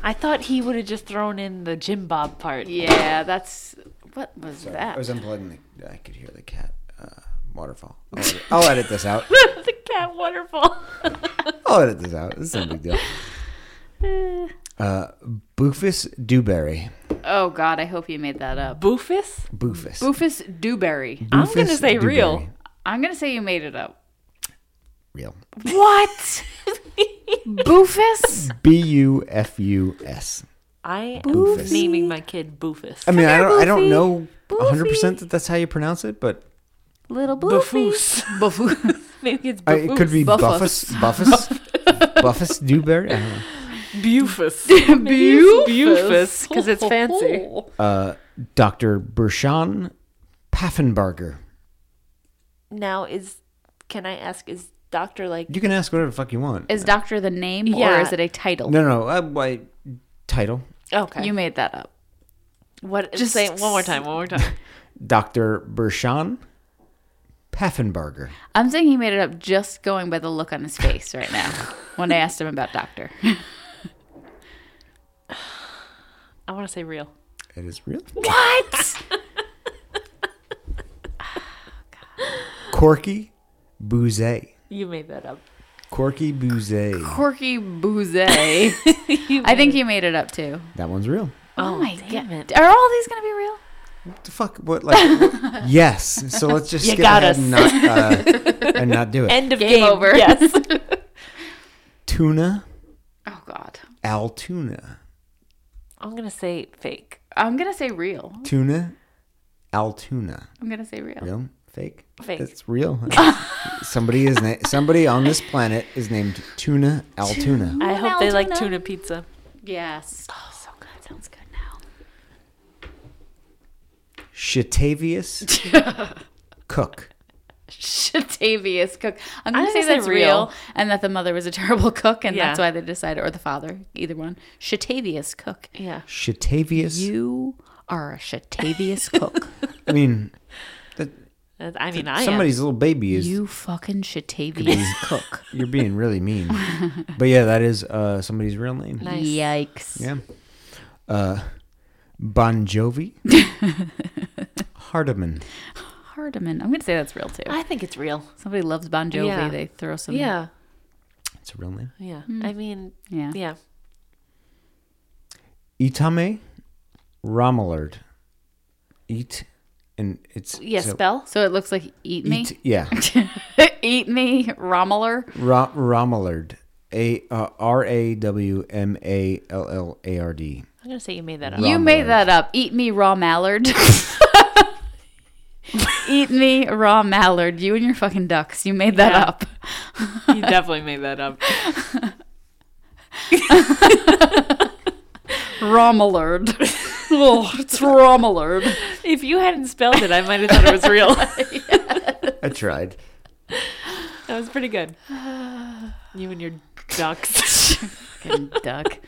Speaker 2: I thought he would have just thrown in the Jim Bob part.
Speaker 3: Yeah, that's what was
Speaker 1: i
Speaker 3: that?
Speaker 1: was unplugging the i could hear the cat uh, waterfall I'll edit- I'll edit this out
Speaker 2: the cat waterfall.
Speaker 1: I'll edit this out. It's no big deal. Uh, Boofus Dewberry.
Speaker 3: oh God, I hope you made that up.
Speaker 2: Boofus.
Speaker 1: Boofus.
Speaker 3: Boofus Dewberry.
Speaker 2: I'm gonna
Speaker 1: Boofus
Speaker 2: say real.
Speaker 1: Dewberry.
Speaker 3: I'm gonna say you made it up.
Speaker 1: Real.
Speaker 3: What? Boofus?
Speaker 1: B U F U S.
Speaker 2: I am
Speaker 1: Boofus.
Speaker 2: naming my kid Boofus.
Speaker 1: I mean, I don't. I don't know 100% that that's how you pronounce it, but
Speaker 3: Little
Speaker 2: Buffoos.
Speaker 3: Buffoos.
Speaker 2: Maybe it's
Speaker 1: I, it could be
Speaker 3: Buffus.
Speaker 1: Buffus. Buffus. Buffus Dewberry. I don't know.
Speaker 2: Bufus. Bufus.
Speaker 3: Bufus.
Speaker 2: Because it's fancy.
Speaker 1: Uh, Dr. Bershon Paffenbarger.
Speaker 2: Now is can I ask is doctor like
Speaker 1: You can ask whatever the fuck you want.
Speaker 3: Is doctor the name or
Speaker 2: Yeah.
Speaker 3: is it a title?
Speaker 1: no, no. Uh, why, title
Speaker 2: okay
Speaker 3: You made that up.
Speaker 2: what just
Speaker 3: just
Speaker 2: say it one more time one more time
Speaker 1: Dr. Bershon Paffenbarger.
Speaker 3: I'm saying he made it up just going by the look on his face right now when I asked him about doctor.
Speaker 2: I want to say real
Speaker 1: It is real.
Speaker 3: What?
Speaker 1: Corky Bouze.
Speaker 2: you made that up
Speaker 1: Corky Bouze.
Speaker 3: Corky Bouze. I think you made it up too.
Speaker 1: That one's real.
Speaker 2: oh, my damn it
Speaker 3: Are all these gonna be real?
Speaker 1: What the fuck? What? Like, yes. So let's just
Speaker 2: You
Speaker 1: skip
Speaker 2: got
Speaker 1: ahead
Speaker 2: us.
Speaker 1: and not, uh, and not do it.
Speaker 2: end of game,
Speaker 3: Game over.
Speaker 2: yes
Speaker 1: Tuna
Speaker 3: Oh God.
Speaker 1: Altoona.
Speaker 2: I'm gonna say fake
Speaker 3: I'm gonna say real.
Speaker 1: Tuna Altoona.
Speaker 3: I'm gonna say real.
Speaker 1: Real? Fake?
Speaker 2: Fake.
Speaker 1: It's real. somebody is na- somebody on this planet is named Tuna Altoona.
Speaker 2: I hope they like
Speaker 3: Altoona.
Speaker 2: tuna pizza
Speaker 3: Yes. Oh, so good. Sounds good now.
Speaker 1: Shatavius Cook.
Speaker 3: Shatavius Cook. I'm
Speaker 2: I'm
Speaker 3: gonna say
Speaker 2: gonna say
Speaker 3: that's
Speaker 2: real.
Speaker 3: real, and that the mother was a terrible cook, and
Speaker 2: Yeah.
Speaker 3: that's why they decided, or the father, either one. Shatavius Cook.
Speaker 2: yeah
Speaker 1: Shatavius.
Speaker 3: You are a Shatavius Cook.
Speaker 1: I mean, that,
Speaker 2: That's- I mean I am.
Speaker 1: somebody's little baby is. You-
Speaker 3: You fucking Shatavius Cook.
Speaker 1: are being really mean. but yeah, that is uh, somebody's real name.
Speaker 2: Nice.
Speaker 3: Yikes.
Speaker 1: Yeah. Uh, bon Jovi. Hardiman.
Speaker 3: Hardiman. I'm gonna say that's real too.
Speaker 2: I think it's real
Speaker 3: Somebody loves Bon Jovi.
Speaker 2: Yeah.
Speaker 3: They throw some.
Speaker 2: yeah
Speaker 1: It's a real name.
Speaker 2: Mm. yeah I mean
Speaker 3: Yeah.
Speaker 2: yeah
Speaker 1: Itame Romillard. Eat and it's
Speaker 2: yeah
Speaker 1: so-
Speaker 2: spell
Speaker 3: So it looks like eat me,
Speaker 1: Eat, yeah.
Speaker 3: eat me, Romuller.
Speaker 1: Ro- Romillard. A uh, R A W M A L L A R D.
Speaker 2: I'm gonna say you made that up
Speaker 3: You
Speaker 1: Rom
Speaker 3: made
Speaker 1: Mallard.
Speaker 3: that up. Eat me, raw mallard. eat me, raw mallard. You and your fucking ducks. You made that
Speaker 2: Yeah.
Speaker 3: up.
Speaker 2: you definitely made that up
Speaker 3: Romillard. oh, it's Romillard.
Speaker 2: if you hadn't spelled it I might have thought it was real that
Speaker 1: I tried.
Speaker 2: was pretty good you and your ducks
Speaker 3: Fucking duck.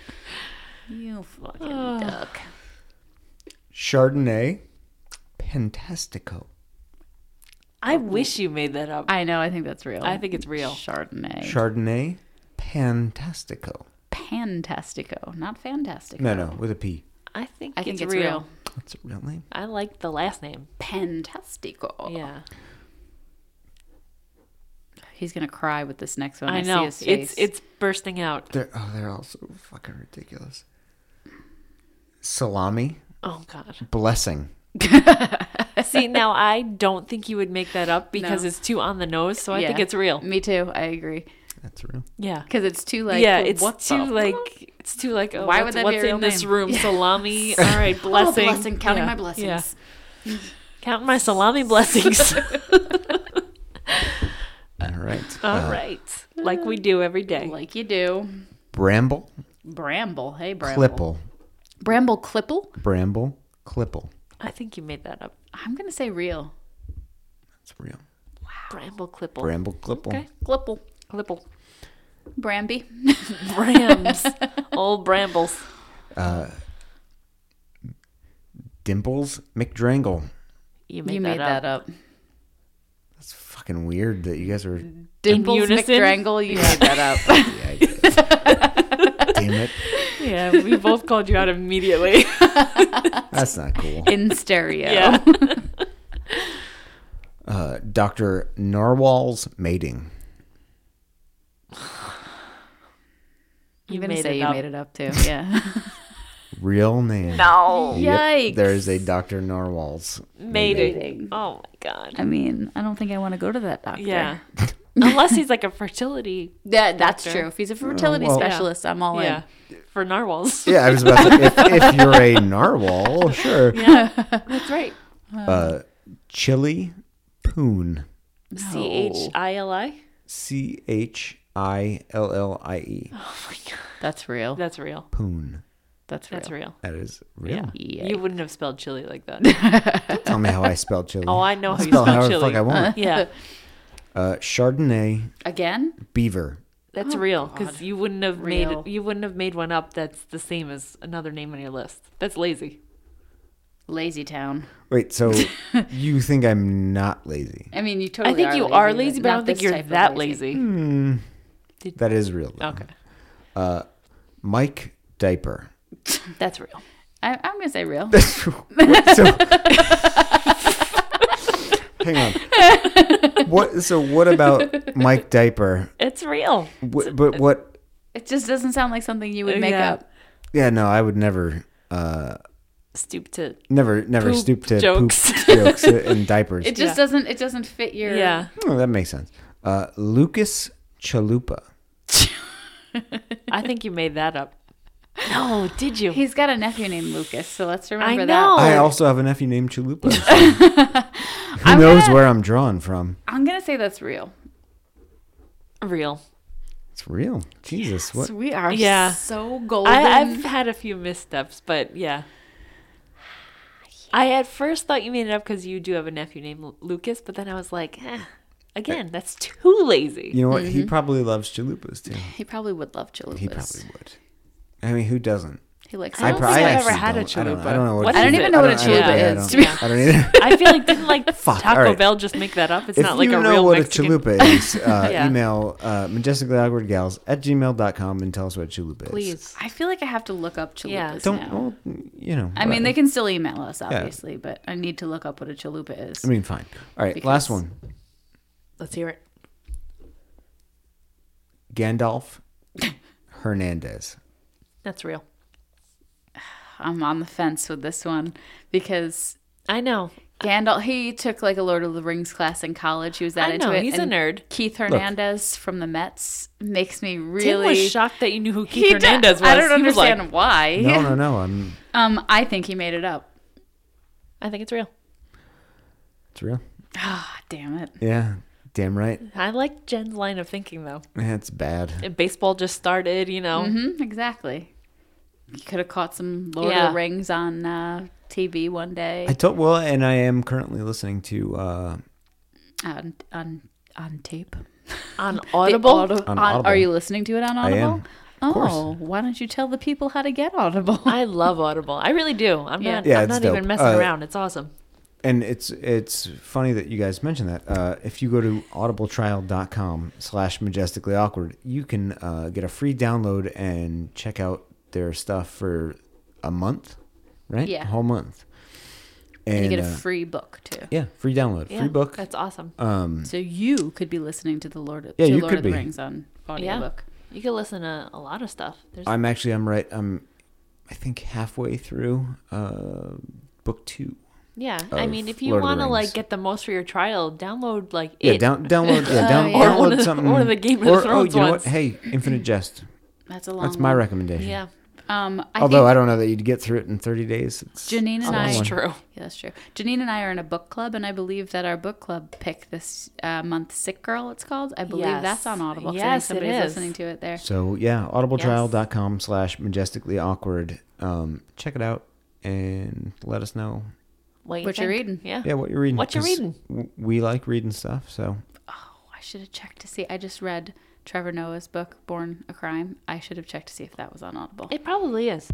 Speaker 3: You fucking
Speaker 2: Oh.
Speaker 3: duck.
Speaker 1: Chardonnay Pentastico.
Speaker 2: I wish you made that up
Speaker 3: I know. I think that's real.
Speaker 2: I think it's real.
Speaker 3: Chardonnay.
Speaker 1: Chardonnay Pantastico.
Speaker 3: Fantastico, not fantastic.
Speaker 1: No, no, with a P.
Speaker 2: I think
Speaker 3: I think
Speaker 2: it's, real.
Speaker 1: That's a real name.
Speaker 2: I like the last name.
Speaker 3: Fantastico.
Speaker 2: Yeah,
Speaker 3: He's gonna cry with this next one. I,
Speaker 2: I
Speaker 3: See
Speaker 2: know.
Speaker 3: his
Speaker 2: It's
Speaker 3: face.
Speaker 2: it's bursting out.
Speaker 1: They're oh, they're all so fucking ridiculous. Salami
Speaker 2: Oh God.
Speaker 1: blessing.
Speaker 2: See, now I don't think you would make that up because
Speaker 3: No.
Speaker 2: it's too on the nose. So I think
Speaker 3: Yeah.
Speaker 2: it's real.
Speaker 3: Me too. I agree.
Speaker 1: That's real.
Speaker 2: Yeah.
Speaker 3: Because it's too like
Speaker 2: yeah, it's
Speaker 3: what
Speaker 2: too
Speaker 3: the-
Speaker 2: like it's too like oh, why
Speaker 3: Why would
Speaker 2: what's,
Speaker 3: that be
Speaker 2: what's
Speaker 3: a
Speaker 2: in
Speaker 3: real
Speaker 2: this
Speaker 3: name?
Speaker 2: room?
Speaker 3: Yeah.
Speaker 2: Salami. All right,
Speaker 3: Oh,
Speaker 2: blessing.
Speaker 3: blessing. Counting
Speaker 2: Yeah.
Speaker 3: my blessings.
Speaker 2: Yeah. Count my salami blessings.
Speaker 1: All right.
Speaker 2: All
Speaker 1: Uh,
Speaker 2: right. Like we do every day.
Speaker 3: Like you do.
Speaker 1: Bramble,
Speaker 3: Bramble. Hey, Bramble.
Speaker 1: Clipple,
Speaker 3: Bramble Clipple?
Speaker 1: Bramble, Clipple.
Speaker 2: I think you made that up.
Speaker 3: I'm going to say real.
Speaker 1: That's real.
Speaker 2: Bramble clipple.
Speaker 1: Bramble, Clipple.
Speaker 2: Okay.
Speaker 3: Clipple.
Speaker 2: Clipple.
Speaker 3: Bramby.
Speaker 2: Brams. Old brambles.
Speaker 1: Dimples McDrangle.
Speaker 2: You made,
Speaker 3: you
Speaker 2: that,
Speaker 3: made
Speaker 2: up.
Speaker 3: that up.
Speaker 1: That's fucking weird that you guys are.
Speaker 3: Dimples
Speaker 2: unison?
Speaker 3: McDrangle. You made that up.
Speaker 1: Yeah, I did. Damn it.
Speaker 2: Yeah, we both called you out immediately.
Speaker 1: That's not cool.
Speaker 3: In stereo.
Speaker 2: Yeah.
Speaker 1: Uh, Dr. Narwhal's mating.
Speaker 3: I'm going to say you made it up too. Yeah.
Speaker 1: Real name.
Speaker 2: No.
Speaker 1: Yep,
Speaker 3: Yikes.
Speaker 1: There is a Dr. Narwhal's.
Speaker 2: Made
Speaker 3: Mating.
Speaker 2: it. Oh my god.
Speaker 3: I mean, I don't think I want to go to that doctor.
Speaker 2: Yeah. Unless he's like a fertility
Speaker 3: Yeah, that's
Speaker 2: Doctor.
Speaker 3: true. If he's a fertility
Speaker 1: Uh, well-
Speaker 3: specialist, I'm all
Speaker 2: yeah. for narwhals.
Speaker 1: Yeah, I was about to say, if, if you're a narwhal, sure.
Speaker 2: That's right.
Speaker 1: Uh, chili poon.
Speaker 2: C H I L I.
Speaker 1: C H I L L I E.
Speaker 3: That's real.
Speaker 2: That's real.
Speaker 1: Poon.
Speaker 3: That's real.
Speaker 2: That's real.
Speaker 1: That is real.
Speaker 2: Yeah.
Speaker 3: Yeah.
Speaker 2: You wouldn't have spelled chili like that.
Speaker 1: Tell me how I spell chili.
Speaker 2: Oh, I know how you
Speaker 1: spell
Speaker 2: spell
Speaker 1: however the
Speaker 2: chili. Uh-huh.
Speaker 1: fuck I want.
Speaker 2: Yeah,
Speaker 1: Uh, Chardonnay
Speaker 3: Again?
Speaker 1: beaver.
Speaker 2: that's real because you wouldn't have
Speaker 3: Real.
Speaker 2: made you wouldn't have made one up that's the same as another name on your list. That's lazy.
Speaker 3: Lazy town.
Speaker 1: Wait, so you think I'm not lazy?
Speaker 3: I mean, you totally.
Speaker 2: I think
Speaker 3: are
Speaker 2: you
Speaker 3: lazy,
Speaker 2: are lazy, but I
Speaker 3: not
Speaker 2: don't think
Speaker 3: this
Speaker 2: you're Hmm.
Speaker 3: type of
Speaker 2: that lazy.
Speaker 1: That is real. though.
Speaker 2: Okay,
Speaker 1: Mike diaper.
Speaker 2: that's real.
Speaker 3: I, I'm gonna say real.
Speaker 1: so, hang on. What? So what about Mike diaper?
Speaker 2: It's real.
Speaker 1: Wh- but what?
Speaker 3: it just doesn't sound like something you would make
Speaker 2: Yeah.
Speaker 3: up.
Speaker 1: Yeah, no, I would never, uh,
Speaker 2: Stoop to
Speaker 1: never, never
Speaker 2: Poop
Speaker 1: stoop to
Speaker 2: jokes.
Speaker 1: poop jokes and diapers.
Speaker 3: It just
Speaker 2: Yeah.
Speaker 3: doesn't. It doesn't fit your.
Speaker 2: yeah.
Speaker 1: Oh, that makes sense. Uh, Lucas Chalupa.
Speaker 2: I think you made that up. No, did you?
Speaker 3: He's got a nephew named Lucas, so let's remember
Speaker 2: know.
Speaker 3: that.
Speaker 1: I also have a nephew named Chalupa. so Who knows
Speaker 3: gonna-
Speaker 1: where I'm drawn from?
Speaker 3: I'm gonna say that's real.
Speaker 2: real.
Speaker 1: It's real. Jesus, what?
Speaker 3: So we are
Speaker 2: Yeah.
Speaker 3: so golden.
Speaker 2: I, I've had a few missteps, but yeah. I at first thought you made it up because you do have a nephew named Lu- Lucas, but then I was like, eh, again, that's too lazy.
Speaker 1: You know what? He probably loves chalupas too.
Speaker 3: he probably would love Mm-hmm. chalupas.
Speaker 1: He probably would. I mean, who doesn't?
Speaker 3: He likes.
Speaker 2: I
Speaker 3: I,
Speaker 2: don't
Speaker 1: pro-
Speaker 2: think I've
Speaker 1: actually
Speaker 2: ever had a
Speaker 1: don't- I don't-
Speaker 2: chalupa.
Speaker 1: I don't know what
Speaker 2: What
Speaker 1: it
Speaker 3: I don't
Speaker 2: is
Speaker 3: even
Speaker 2: it?
Speaker 3: know what a
Speaker 1: I don't- I don't-
Speaker 3: chalupa
Speaker 1: I
Speaker 2: yeah,
Speaker 3: is.
Speaker 1: don't-
Speaker 3: To be honest.
Speaker 1: I don't either.
Speaker 2: I feel like didn't like
Speaker 1: Fuck,
Speaker 2: Taco
Speaker 1: alright.
Speaker 2: Bell just make that up? It's
Speaker 1: If
Speaker 2: not like
Speaker 1: you
Speaker 2: a
Speaker 1: know
Speaker 2: real
Speaker 1: what
Speaker 2: Mexican.
Speaker 1: a chalupa is, uh,
Speaker 2: Yeah.
Speaker 1: email uh, majesticallyawkwardgals at gmail.com and tell us what chalupa is.
Speaker 2: Please,
Speaker 3: I feel like I have to look up chalupas
Speaker 2: Yeah.
Speaker 1: Don't,
Speaker 3: now.
Speaker 1: well, you know.
Speaker 3: I mean,
Speaker 1: whatever.
Speaker 3: they can still email us, obviously, but I need to look up what a chalupa is.
Speaker 1: I mean, fine. All right,
Speaker 3: Because-
Speaker 1: last one.
Speaker 2: let's hear it.
Speaker 1: Gandalf Hernandez.
Speaker 2: That's real.
Speaker 3: I'm on the fence with this one because
Speaker 2: I know.
Speaker 3: Gandalf. He took like a Lord of the Rings class in college. He was that
Speaker 2: I
Speaker 3: into
Speaker 2: know,
Speaker 3: it.
Speaker 2: he's a
Speaker 3: and
Speaker 2: nerd.
Speaker 3: Keith Hernandez from the Mets makes me
Speaker 2: Tim
Speaker 3: really.
Speaker 2: was shocked that you knew who Keith
Speaker 3: He d-
Speaker 2: Hernandez was.
Speaker 3: I don't
Speaker 2: He was like,
Speaker 3: understand why.
Speaker 1: No, no, no. I'm.
Speaker 3: Um, I think he made it up.
Speaker 2: I think it's real.
Speaker 1: It's real.
Speaker 3: Ah, damn it.
Speaker 1: Yeah. Damn right.
Speaker 2: I like Jen's line of thinking though.
Speaker 1: That's bad.
Speaker 2: And baseball just started, you know.
Speaker 3: hmm exactly. You could have caught some Lord of
Speaker 2: Yeah.
Speaker 3: the Rings on uh, TV one day
Speaker 1: I told well, and I am currently listening to uh,
Speaker 3: on on on tape.
Speaker 2: on
Speaker 3: The
Speaker 2: Audible.
Speaker 3: auto-
Speaker 1: On
Speaker 3: on-
Speaker 1: Audible.
Speaker 3: Are you listening to it on
Speaker 1: I
Speaker 3: Audible?
Speaker 1: am. Of course.
Speaker 3: oh, why don't you tell the people how to get Audible?
Speaker 2: I love Audible. I really do. I'm
Speaker 3: Yeah.
Speaker 2: not.
Speaker 1: Yeah,
Speaker 2: I'm
Speaker 1: it's
Speaker 2: not
Speaker 1: dope.
Speaker 2: even messing
Speaker 1: Uh,
Speaker 2: around. It's awesome.
Speaker 1: and it's it's funny that you guys mentioned that. Uh, if you go to audibletrial.com slash majestically awkward, you can uh, get a free download and check out their stuff for a month, right?
Speaker 3: Yeah.
Speaker 1: A whole month. And,
Speaker 3: you get a
Speaker 1: uh,
Speaker 3: free book too,
Speaker 1: yeah, free download,
Speaker 2: Yeah,
Speaker 1: free book. Uh,
Speaker 2: That's awesome.
Speaker 3: so you could be listening to the Lord of,
Speaker 1: Yeah,
Speaker 3: to
Speaker 1: you
Speaker 3: Lord
Speaker 1: could
Speaker 3: of the
Speaker 1: be.
Speaker 3: Rings on audiobook.
Speaker 2: you can listen to a lot of stuff. There's,
Speaker 1: I'm actually I'm right I'm I think halfway through uh book 2.
Speaker 2: yeah. I
Speaker 1: of
Speaker 2: mean, if you
Speaker 1: Lord of the
Speaker 2: want to like
Speaker 1: Rings.
Speaker 2: get the most for your trial, download like
Speaker 1: Yeah,
Speaker 2: it. Oh,
Speaker 1: down, download yeah, down,
Speaker 3: yeah. Or
Speaker 1: download
Speaker 2: one of the-
Speaker 1: something
Speaker 2: one of the Game of
Speaker 1: or, oh,
Speaker 2: Thrones
Speaker 1: you know
Speaker 2: ones.
Speaker 1: what? Hey, Infinite Jest.
Speaker 3: That's a long.
Speaker 1: That's my
Speaker 3: one.
Speaker 1: recommendation.
Speaker 2: yeah,
Speaker 3: Um, I
Speaker 1: Although
Speaker 3: think
Speaker 1: I don't know that you'd get through it in 30 days. It's,
Speaker 3: Janine and
Speaker 2: that's
Speaker 3: I.
Speaker 2: true.
Speaker 3: Yeah, that's true. Janine and I are in a book club, and I believe that our book club pick this uh, month, "Sick Girl," it's called. I believe
Speaker 2: Yes.
Speaker 3: that's on Audible. 'cause I think
Speaker 2: Yes, it
Speaker 3: somebody's
Speaker 2: is.
Speaker 3: listening to it there.
Speaker 1: So, yeah, audibletrial.com slash majestically awkward. Um, check it out and let us know,
Speaker 2: What, you
Speaker 3: What you're
Speaker 2: think.
Speaker 3: reading.
Speaker 2: Yeah.
Speaker 1: yeah, what you're reading.
Speaker 2: What you
Speaker 1: 'cause
Speaker 2: reading?
Speaker 1: w- We like reading stuff, so
Speaker 3: Oh, I should have checked to see. I just read Trevor Noah's book, "Born a Crime." I should have checked to see if that was on Audible.
Speaker 2: It probably is.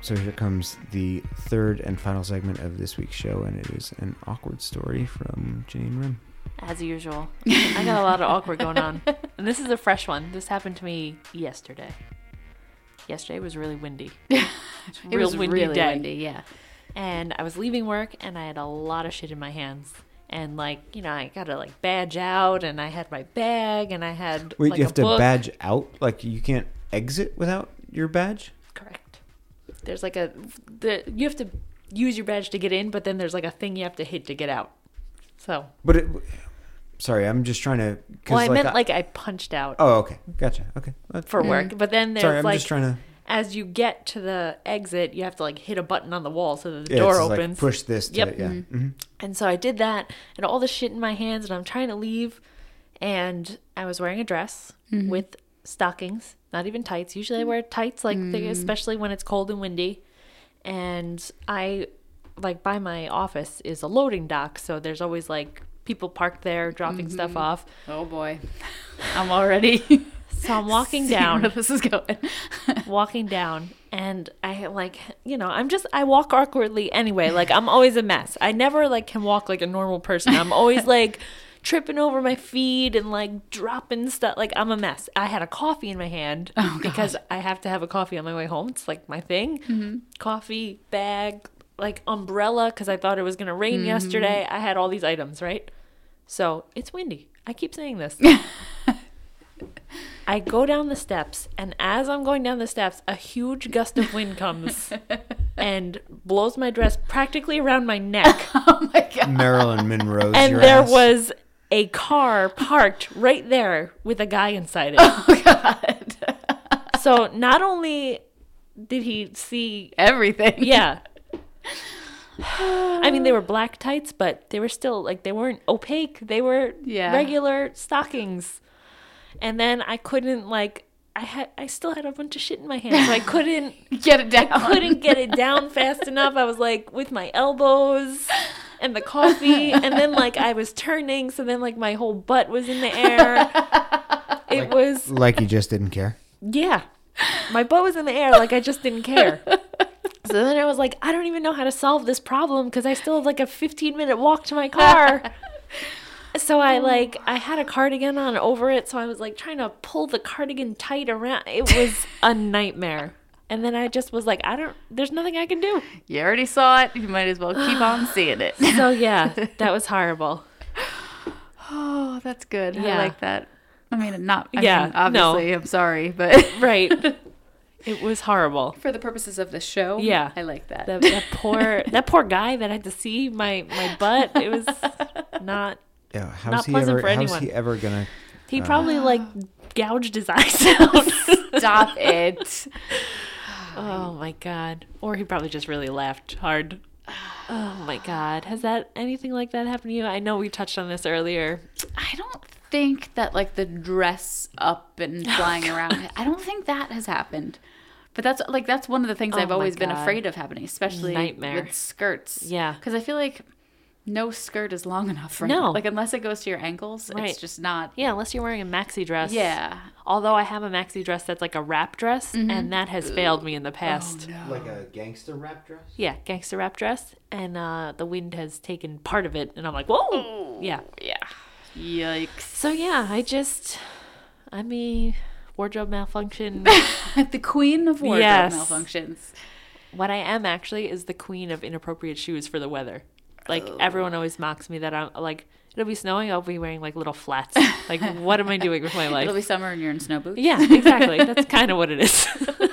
Speaker 1: So here comes the third and final segment of this week's show, and it is an awkward story from Janine Rim.
Speaker 2: As usual, I got a lot of awkward going on, and this is a fresh one. This happened to me yesterday. Yesterday was really windy.
Speaker 3: It was really windy. Yeah.
Speaker 2: and I was leaving work and I had a lot of shit in my hands. And like, you know, I gotta like badge out and I had my bag and I had
Speaker 1: Wait,
Speaker 2: like
Speaker 1: you
Speaker 2: a
Speaker 1: have to
Speaker 2: book.
Speaker 1: badge out? Like you can't exit without your badge?
Speaker 2: correct. there's like a the, you have to use your badge to get in, but then there's like a thing you have to hit to get out. So
Speaker 1: But it, sorry, I'm just trying to. 'cause,
Speaker 2: well, I meant like I punched out
Speaker 1: Oh, okay, gotcha. Okay, That's-
Speaker 2: for work, but then there's
Speaker 1: sorry, I'm
Speaker 2: like
Speaker 1: just trying to.
Speaker 2: as you get to the exit, you have to like hit a button on the wall so that the
Speaker 1: Yeah,
Speaker 2: door
Speaker 1: it's like,
Speaker 2: opens.
Speaker 1: push this. To,
Speaker 2: Yep. Mm-hmm.
Speaker 1: Yeah. hmm
Speaker 2: And so I did that, and all the shit in my hands, and I'm trying to leave, and I was wearing a dress with stockings, not even tights. Usually I wear tights, like the- especially when it's cold and windy, and I like by my office is a loading dock, so there's always like people parked there dropping stuff off.
Speaker 3: Oh boy, I'm already
Speaker 2: So I'm walking
Speaker 3: seeing
Speaker 2: down.
Speaker 3: where this is going.
Speaker 2: walking down and I like you know I'm just I walk awkwardly anyway like I'm always a mess I never like can walk like a normal person I'm always like tripping over my feet and like dropping stuff like I'm a mess I had a coffee in my hand because I have to have a coffee on my way home it's like my thing coffee bag like umbrella because I thought it was gonna rain yesterday I had all these items right so it's windy I keep saying this I go down the steps, and as I'm going down the steps, a huge gust of wind comes and blows my dress practically around my neck.
Speaker 3: oh my god.
Speaker 1: Marilyn Monroe's.
Speaker 2: And
Speaker 1: your
Speaker 2: there
Speaker 1: ass.
Speaker 2: was a car parked right there with a guy inside it.
Speaker 3: Oh god.
Speaker 2: So not only did he see,
Speaker 3: Everything.
Speaker 2: yeah. I mean, they were black tights, but they were still like they weren't opaque. They were
Speaker 3: Yeah.
Speaker 2: regular stockings. And then I couldn't like I had I still had a bunch of shit in my hands. So I couldn't
Speaker 3: Get it down.
Speaker 2: couldn't get it down fast enough. I was like with my elbows and the coffee, and then like I was turning, so then like my whole butt was in the air. It was
Speaker 1: Like you just didn't care.
Speaker 2: yeah, my butt was in the air, like I just didn't care. So then I was like, I don't even know how to solve this problem because I still have like a 15 minute walk to my car. So
Speaker 3: Oh.
Speaker 2: I like I had a cardigan on over it, so I was like trying to pull the cardigan tight around. It was a nightmare. And then I just was like, I don't. There's nothing I can do.
Speaker 3: You already saw it. You might as well keep on seeing it.
Speaker 2: So yeah, that was horrible.
Speaker 3: Oh, that's good. I
Speaker 2: Yeah.
Speaker 3: like that. I mean, not. I
Speaker 2: Yeah,
Speaker 3: Mean,
Speaker 2: no.
Speaker 3: obviously, I'm sorry, but
Speaker 2: Right. It was horrible.
Speaker 3: for the purposes of the show,
Speaker 2: Yeah.
Speaker 3: I like that.
Speaker 2: That, that poor that poor guy that had to see my my butt. It was not.
Speaker 1: Yeah. How's
Speaker 2: Not
Speaker 1: he
Speaker 2: pleasant
Speaker 1: ever?
Speaker 2: for
Speaker 1: how's
Speaker 2: anyone.
Speaker 1: he ever gonna?
Speaker 2: He probably like gouged his eyes out.
Speaker 3: Stop it.
Speaker 2: oh my god. Or he probably just really laughed hard. Oh my god. Has that anything like that happened to you? I know we touched on this earlier.
Speaker 3: I don't think that like the dress up and
Speaker 2: Oh,
Speaker 3: flying around. I don't think that has happened. But that's like that's one of the things I've
Speaker 2: Oh my
Speaker 3: always been
Speaker 2: God.
Speaker 3: afraid of happening, especially
Speaker 2: Nightmare.
Speaker 3: with skirts.
Speaker 2: Yeah.
Speaker 3: because I feel like no skirt is long enough. Right
Speaker 2: No.
Speaker 3: now. like unless it goes to your ankles,
Speaker 2: Right.
Speaker 3: it's just not.
Speaker 2: Yeah, unless you're wearing a maxi dress.
Speaker 3: Yeah,
Speaker 2: Although I have a maxi dress that's like a wrap dress, and that has failed me in the past.
Speaker 1: Like a gangster rap dress.
Speaker 2: Yeah, gangster rap dress, and uh, the wind has taken part of it, and I'm like, whoa, yeah.
Speaker 3: yeah. Yikes!
Speaker 2: So yeah, I just, I mean, wardrobe malfunction.
Speaker 3: the queen of wardrobe
Speaker 2: Yes.
Speaker 3: malfunctions.
Speaker 2: what I am actually is the queen of inappropriate shoes for the weather. Like
Speaker 3: Oh.
Speaker 2: everyone always mocks me that I'm like, it'll be snowing, I'll be wearing like little flats. Like, what am I doing with my
Speaker 3: It'll
Speaker 2: life?
Speaker 3: be summer and you're in snow boots.
Speaker 2: yeah, exactly. That's kind of what it is.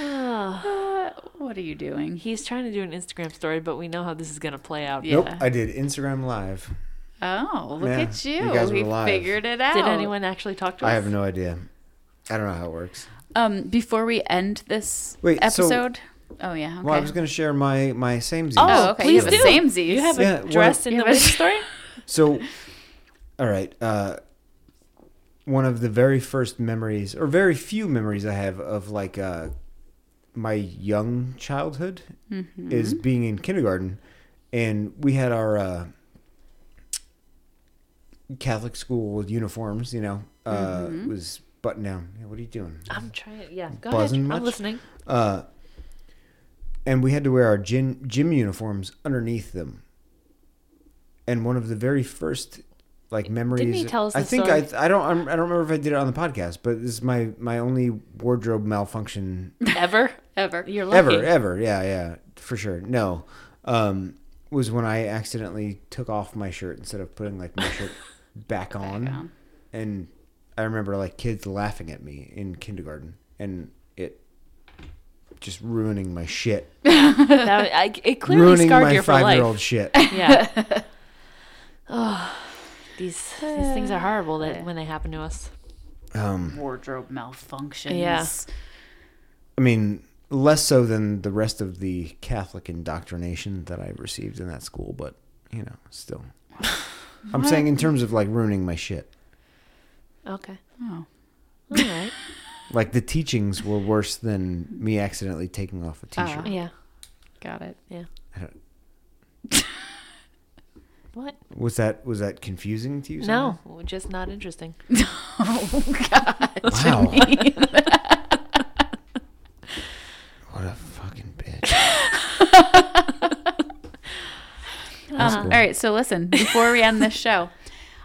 Speaker 3: Uh, what are you doing?
Speaker 2: He's trying to do an Instagram story, but we know how this is gonna play out.
Speaker 3: Yeah.
Speaker 1: Nope. I did Instagram live.
Speaker 3: Oh, look
Speaker 1: Yeah,
Speaker 3: at you!
Speaker 1: you guys were
Speaker 3: we
Speaker 1: live.
Speaker 3: figured it out.
Speaker 2: Did anyone actually talk to us?
Speaker 1: I have no idea. I don't know how it works.
Speaker 3: Um, before we end this
Speaker 1: Wait, so-
Speaker 3: episode. oh yeah. Okay.
Speaker 1: Well, I was gonna share my my same.
Speaker 2: Oh,
Speaker 3: Oh, okay.
Speaker 2: please
Speaker 3: you have
Speaker 2: do.
Speaker 3: a samesies.
Speaker 2: You have a
Speaker 1: Yeah, well-
Speaker 2: dress in
Speaker 3: You
Speaker 2: the
Speaker 3: have a-
Speaker 2: wind story?
Speaker 1: So, all right. Uh, one of the very first memories, or very few memories I have of like uh, my young childhood,
Speaker 3: Mm-hmm.
Speaker 1: is being in kindergarten, and we had our uh, Catholic school uniforms. You know, uh,
Speaker 3: Mm-hmm.
Speaker 1: it was button down. Yeah, what are you doing?
Speaker 2: I'm trying. Yeah, go
Speaker 1: Buzzing
Speaker 2: ahead.
Speaker 1: much?
Speaker 2: I'm listening.
Speaker 1: Uh, and we had to wear our gym, gym uniforms underneath them. And one of the very first like memories.
Speaker 2: he tell us
Speaker 1: I
Speaker 2: this
Speaker 1: think
Speaker 2: story?
Speaker 1: I I don't I'm, I don't remember if I did it on the podcast, but this is my my only wardrobe malfunction
Speaker 2: Ever?
Speaker 3: ever.
Speaker 2: You're lucky.
Speaker 1: ever ever. Yeah, yeah, for sure. No, um, was when I accidentally took off my shirt instead of putting like my shirt back on,
Speaker 3: on.
Speaker 1: and I remember like kids laughing at me in kindergarten, and it just ruining my shit,
Speaker 2: That, I, it clearly
Speaker 1: ruining
Speaker 2: scarred
Speaker 1: my
Speaker 2: you for life.
Speaker 1: five-year-old shit.
Speaker 2: Yeah. oh, these these things are horrible that when they happen to us.
Speaker 1: Um,
Speaker 3: Wardrobe malfunctions.
Speaker 2: Yeah.
Speaker 1: I mean, less so than the rest of the Catholic indoctrination that I received in that school, but you know, still. I'm saying in terms of like ruining my shit.
Speaker 2: Okay.
Speaker 3: Oh.
Speaker 2: All right.
Speaker 1: Like the teachings were worse than me accidentally taking off a
Speaker 3: Oh.
Speaker 1: t-shirt.
Speaker 2: yeah.
Speaker 3: Got it.
Speaker 2: Yeah.
Speaker 1: I don't-
Speaker 2: What?
Speaker 1: was that was that confusing to you?
Speaker 2: No, well, just not interesting. Oh,
Speaker 1: somehow? Wow. what a fucking bitch. That's
Speaker 3: Uh,
Speaker 1: cool.
Speaker 3: All right, so listen, before we end this show,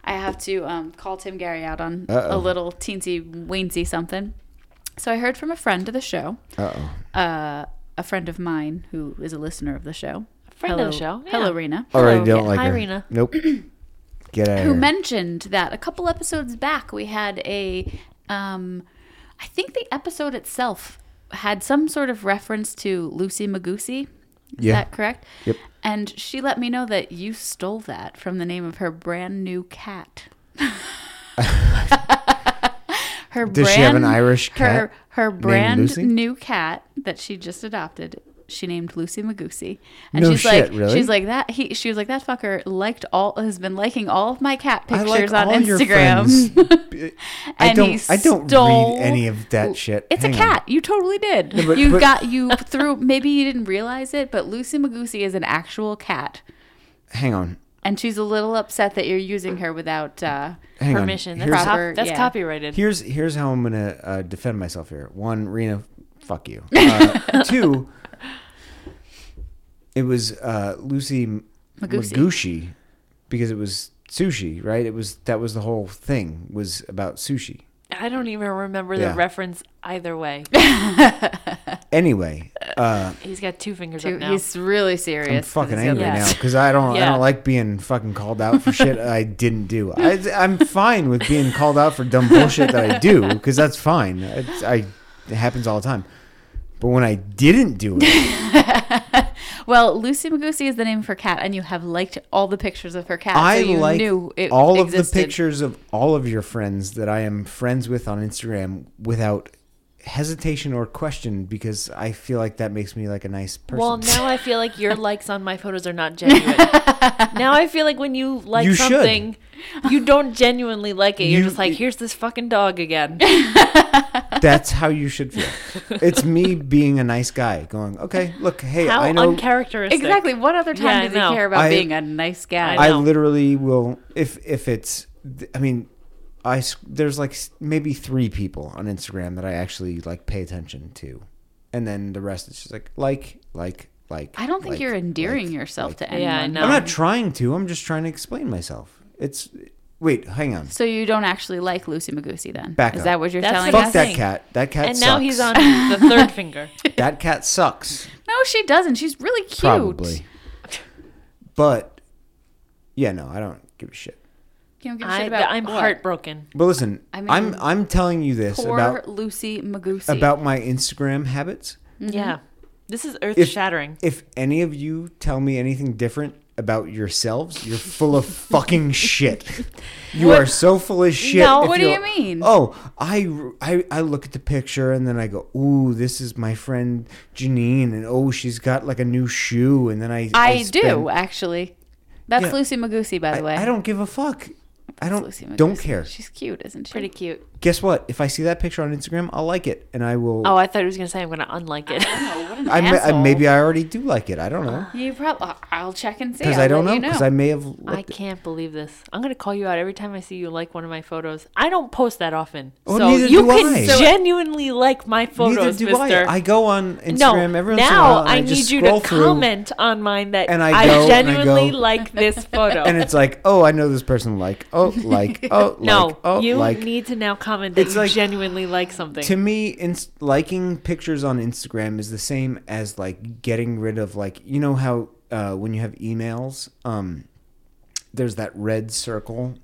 Speaker 3: I have to um, call Tim Gary out on
Speaker 1: Uh-oh.
Speaker 3: a little teensy weensy something. So I heard from a friend of the show,
Speaker 1: Uh-oh.
Speaker 3: uh, a friend of mine who is a listener of the show.
Speaker 2: Friend
Speaker 3: hello,
Speaker 2: of the show.
Speaker 3: Hello,
Speaker 2: yeah.
Speaker 3: Rena.
Speaker 1: Already
Speaker 2: yeah.
Speaker 1: don't like
Speaker 2: Hi,
Speaker 1: her.
Speaker 2: Rena.
Speaker 1: Nope. Get out of
Speaker 3: Who
Speaker 1: here.
Speaker 3: mentioned that a couple episodes back we had a, um, I think the episode itself had some sort of reference to Lucy Magoosey. Is
Speaker 1: Yeah.
Speaker 3: that correct?
Speaker 1: Yep.
Speaker 3: And she let me know that you stole that from the name of her brand new cat. her
Speaker 1: Does
Speaker 3: brand,
Speaker 1: she have an Irish
Speaker 3: Her
Speaker 1: cat
Speaker 3: her
Speaker 1: named
Speaker 3: brand
Speaker 1: Lucy?
Speaker 3: new cat that she just adopted. She named Lucy Magoosey, and
Speaker 1: No
Speaker 3: she's
Speaker 1: shit,
Speaker 3: like,
Speaker 1: really?
Speaker 3: she's like that. He, she was like that fucker liked all has been liking all of my cat
Speaker 1: I
Speaker 3: pictures
Speaker 1: like
Speaker 3: on
Speaker 1: all your friends.
Speaker 3: Instagram.
Speaker 1: I
Speaker 3: And
Speaker 1: don't.
Speaker 3: he
Speaker 1: I don't
Speaker 3: stole-
Speaker 1: read any of that shit.
Speaker 3: It's
Speaker 1: Hang
Speaker 3: a
Speaker 1: on.
Speaker 3: cat. You totally did.
Speaker 1: but-
Speaker 3: you
Speaker 1: but-
Speaker 3: got you threw. Maybe you didn't realize it, but Lucy Magoosey is an actual cat.
Speaker 1: Hang on.
Speaker 3: and she's a little upset that you're using her without uh
Speaker 1: Hang
Speaker 2: Permission.
Speaker 1: on.
Speaker 2: That's,
Speaker 1: Here's,
Speaker 2: cop-
Speaker 3: Proper-
Speaker 2: that's
Speaker 3: yeah.
Speaker 2: copyrighted.
Speaker 1: here's here's how I'm gonna uh, defend myself here. One, Rena, fuck you. Uh, two, it was uh, Lucy M-
Speaker 3: Magoosey.
Speaker 1: Magoosey because it was sushi, right? It was that was the whole thing was about sushi.
Speaker 2: I don't even remember
Speaker 1: Yeah.
Speaker 2: the reference either way.
Speaker 1: Anyway, uh,
Speaker 2: He's got two fingers
Speaker 3: Dude,
Speaker 2: up now.
Speaker 3: He's really
Speaker 1: I'm
Speaker 3: serious. 'cause
Speaker 1: fucking
Speaker 3: he's got
Speaker 1: angry
Speaker 3: that-
Speaker 1: now because I don't I
Speaker 2: Yeah.
Speaker 1: don't like being fucking called out for shit I didn't do. I, I'm fine with being called out for dumb bullshit that I do because that's fine. It's, I it happens all the time. But when I didn't do it,
Speaker 3: Well, Lucy Magoosey is the name of her cat, and you have liked all the pictures of her cat.
Speaker 1: I
Speaker 3: so you
Speaker 1: like
Speaker 3: knew it
Speaker 1: all of the
Speaker 3: existed.
Speaker 1: pictures of all of your friends that I am friends with on Instagram without hesitation or question because I feel like that makes me like a nice person.
Speaker 2: Well, now I feel like your likes on my photos are not genuine. now I feel like when you like
Speaker 1: You should.
Speaker 2: something, you don't genuinely like it. You're
Speaker 1: You-
Speaker 2: just like, here's this fucking dog again.
Speaker 1: That's how you should feel. it's me being a nice guy, going, okay, look, hey,
Speaker 2: How
Speaker 1: I know.
Speaker 2: uncharacteristic.
Speaker 3: Exactly. What other time
Speaker 2: Yeah, I
Speaker 3: does he
Speaker 2: know.
Speaker 3: care about
Speaker 1: I-
Speaker 3: being a nice guy?
Speaker 1: I
Speaker 2: know.
Speaker 1: literally will if if it's I mean I s- there's like s- maybe 3 people on Instagram that I actually like pay attention to. And then the rest is just like like like like
Speaker 3: I don't think
Speaker 1: like,
Speaker 3: you're endearing
Speaker 1: like,
Speaker 3: yourself
Speaker 1: like.
Speaker 3: to anyone.
Speaker 2: Yeah, I know.
Speaker 1: I'm not trying to. I'm just trying to explain myself. It's wait, hang on.
Speaker 3: So you don't actually like Lucy Magoosey then?
Speaker 1: Back
Speaker 3: is
Speaker 1: up.
Speaker 3: that what you're
Speaker 2: That's
Speaker 3: telling
Speaker 2: the
Speaker 1: Fuck
Speaker 2: best
Speaker 3: us?
Speaker 1: that
Speaker 2: thing.
Speaker 1: cat. That cat.
Speaker 2: And
Speaker 1: sucks.
Speaker 2: now he's on the third finger.
Speaker 1: That cat sucks.
Speaker 3: No, she doesn't. She's really cute.
Speaker 1: Probably. But yeah, no, I don't give a shit.
Speaker 3: You don't give a shit
Speaker 2: I,
Speaker 3: about
Speaker 2: I'm
Speaker 3: what?
Speaker 2: heartbroken.
Speaker 1: But listen,
Speaker 3: I
Speaker 1: I
Speaker 3: mean,
Speaker 1: am I'm telling you this
Speaker 3: Poor
Speaker 1: about
Speaker 3: Lucy Magoosey.
Speaker 1: about my Instagram habits.
Speaker 2: Yeah. This is earth
Speaker 1: Mm-hmm. If-
Speaker 2: shattering.
Speaker 1: If any of you tell me anything different about yourselves, you're full of fucking shit. You are so full of shit.
Speaker 2: No,
Speaker 1: if
Speaker 3: what do
Speaker 1: you're-
Speaker 3: you mean?
Speaker 1: Oh, I, I I look at the picture and then I go, "Ooh, this is my friend Janine," and oh, she's got like a new shoe, and then I
Speaker 3: I,
Speaker 1: spend-
Speaker 3: do actually. That's
Speaker 1: Yeah.
Speaker 3: Lucy Magoosey, by the way.
Speaker 1: I, I don't give a fuck. I
Speaker 3: That's
Speaker 1: don't
Speaker 3: Lucy Magoosey.
Speaker 1: don't care.
Speaker 3: She's cute, isn't she?
Speaker 2: Pretty cute.
Speaker 1: Guess what? If I see that picture on Instagram, I'll like it, and I will.
Speaker 2: Oh, I thought he was going to say I'm going to unlike it.
Speaker 3: Oh, what an
Speaker 1: I, may- I
Speaker 3: asshole.
Speaker 1: maybe I already do like it. I don't
Speaker 2: Uh,
Speaker 1: know
Speaker 3: You probably. I'll check and see.
Speaker 1: because
Speaker 3: I'll
Speaker 1: I don't
Speaker 3: let
Speaker 1: know
Speaker 3: you
Speaker 1: because I may have. Looked
Speaker 2: I can't believe this. I'm going to call you out every time I see you like one of my photos. I don't post that often.
Speaker 1: Oh,
Speaker 2: so
Speaker 1: neither
Speaker 2: you
Speaker 1: do
Speaker 2: can
Speaker 1: I.
Speaker 2: genuinely like my
Speaker 1: Neither
Speaker 2: photos,
Speaker 1: do
Speaker 2: mister.
Speaker 1: I. I go on
Speaker 2: no,
Speaker 1: Instagram every once in a
Speaker 2: now
Speaker 1: while. And
Speaker 2: I,
Speaker 1: I,
Speaker 2: need
Speaker 1: just
Speaker 2: you to
Speaker 1: scroll through,
Speaker 2: comment on mine that
Speaker 1: And I
Speaker 2: I,
Speaker 1: go, and I
Speaker 2: genuinely
Speaker 1: go-
Speaker 2: like this photo.
Speaker 1: and it's like, oh, I know this person. Like, oh, like, oh,
Speaker 2: no,
Speaker 1: like, oh,
Speaker 2: you
Speaker 1: like.
Speaker 2: need to now comment that
Speaker 1: It's
Speaker 2: you
Speaker 1: like-
Speaker 2: genuinely like something.
Speaker 1: to me, ins- liking pictures on Instagram is the same as like getting rid of like you know how uh, when you have emails, um, there's that red circle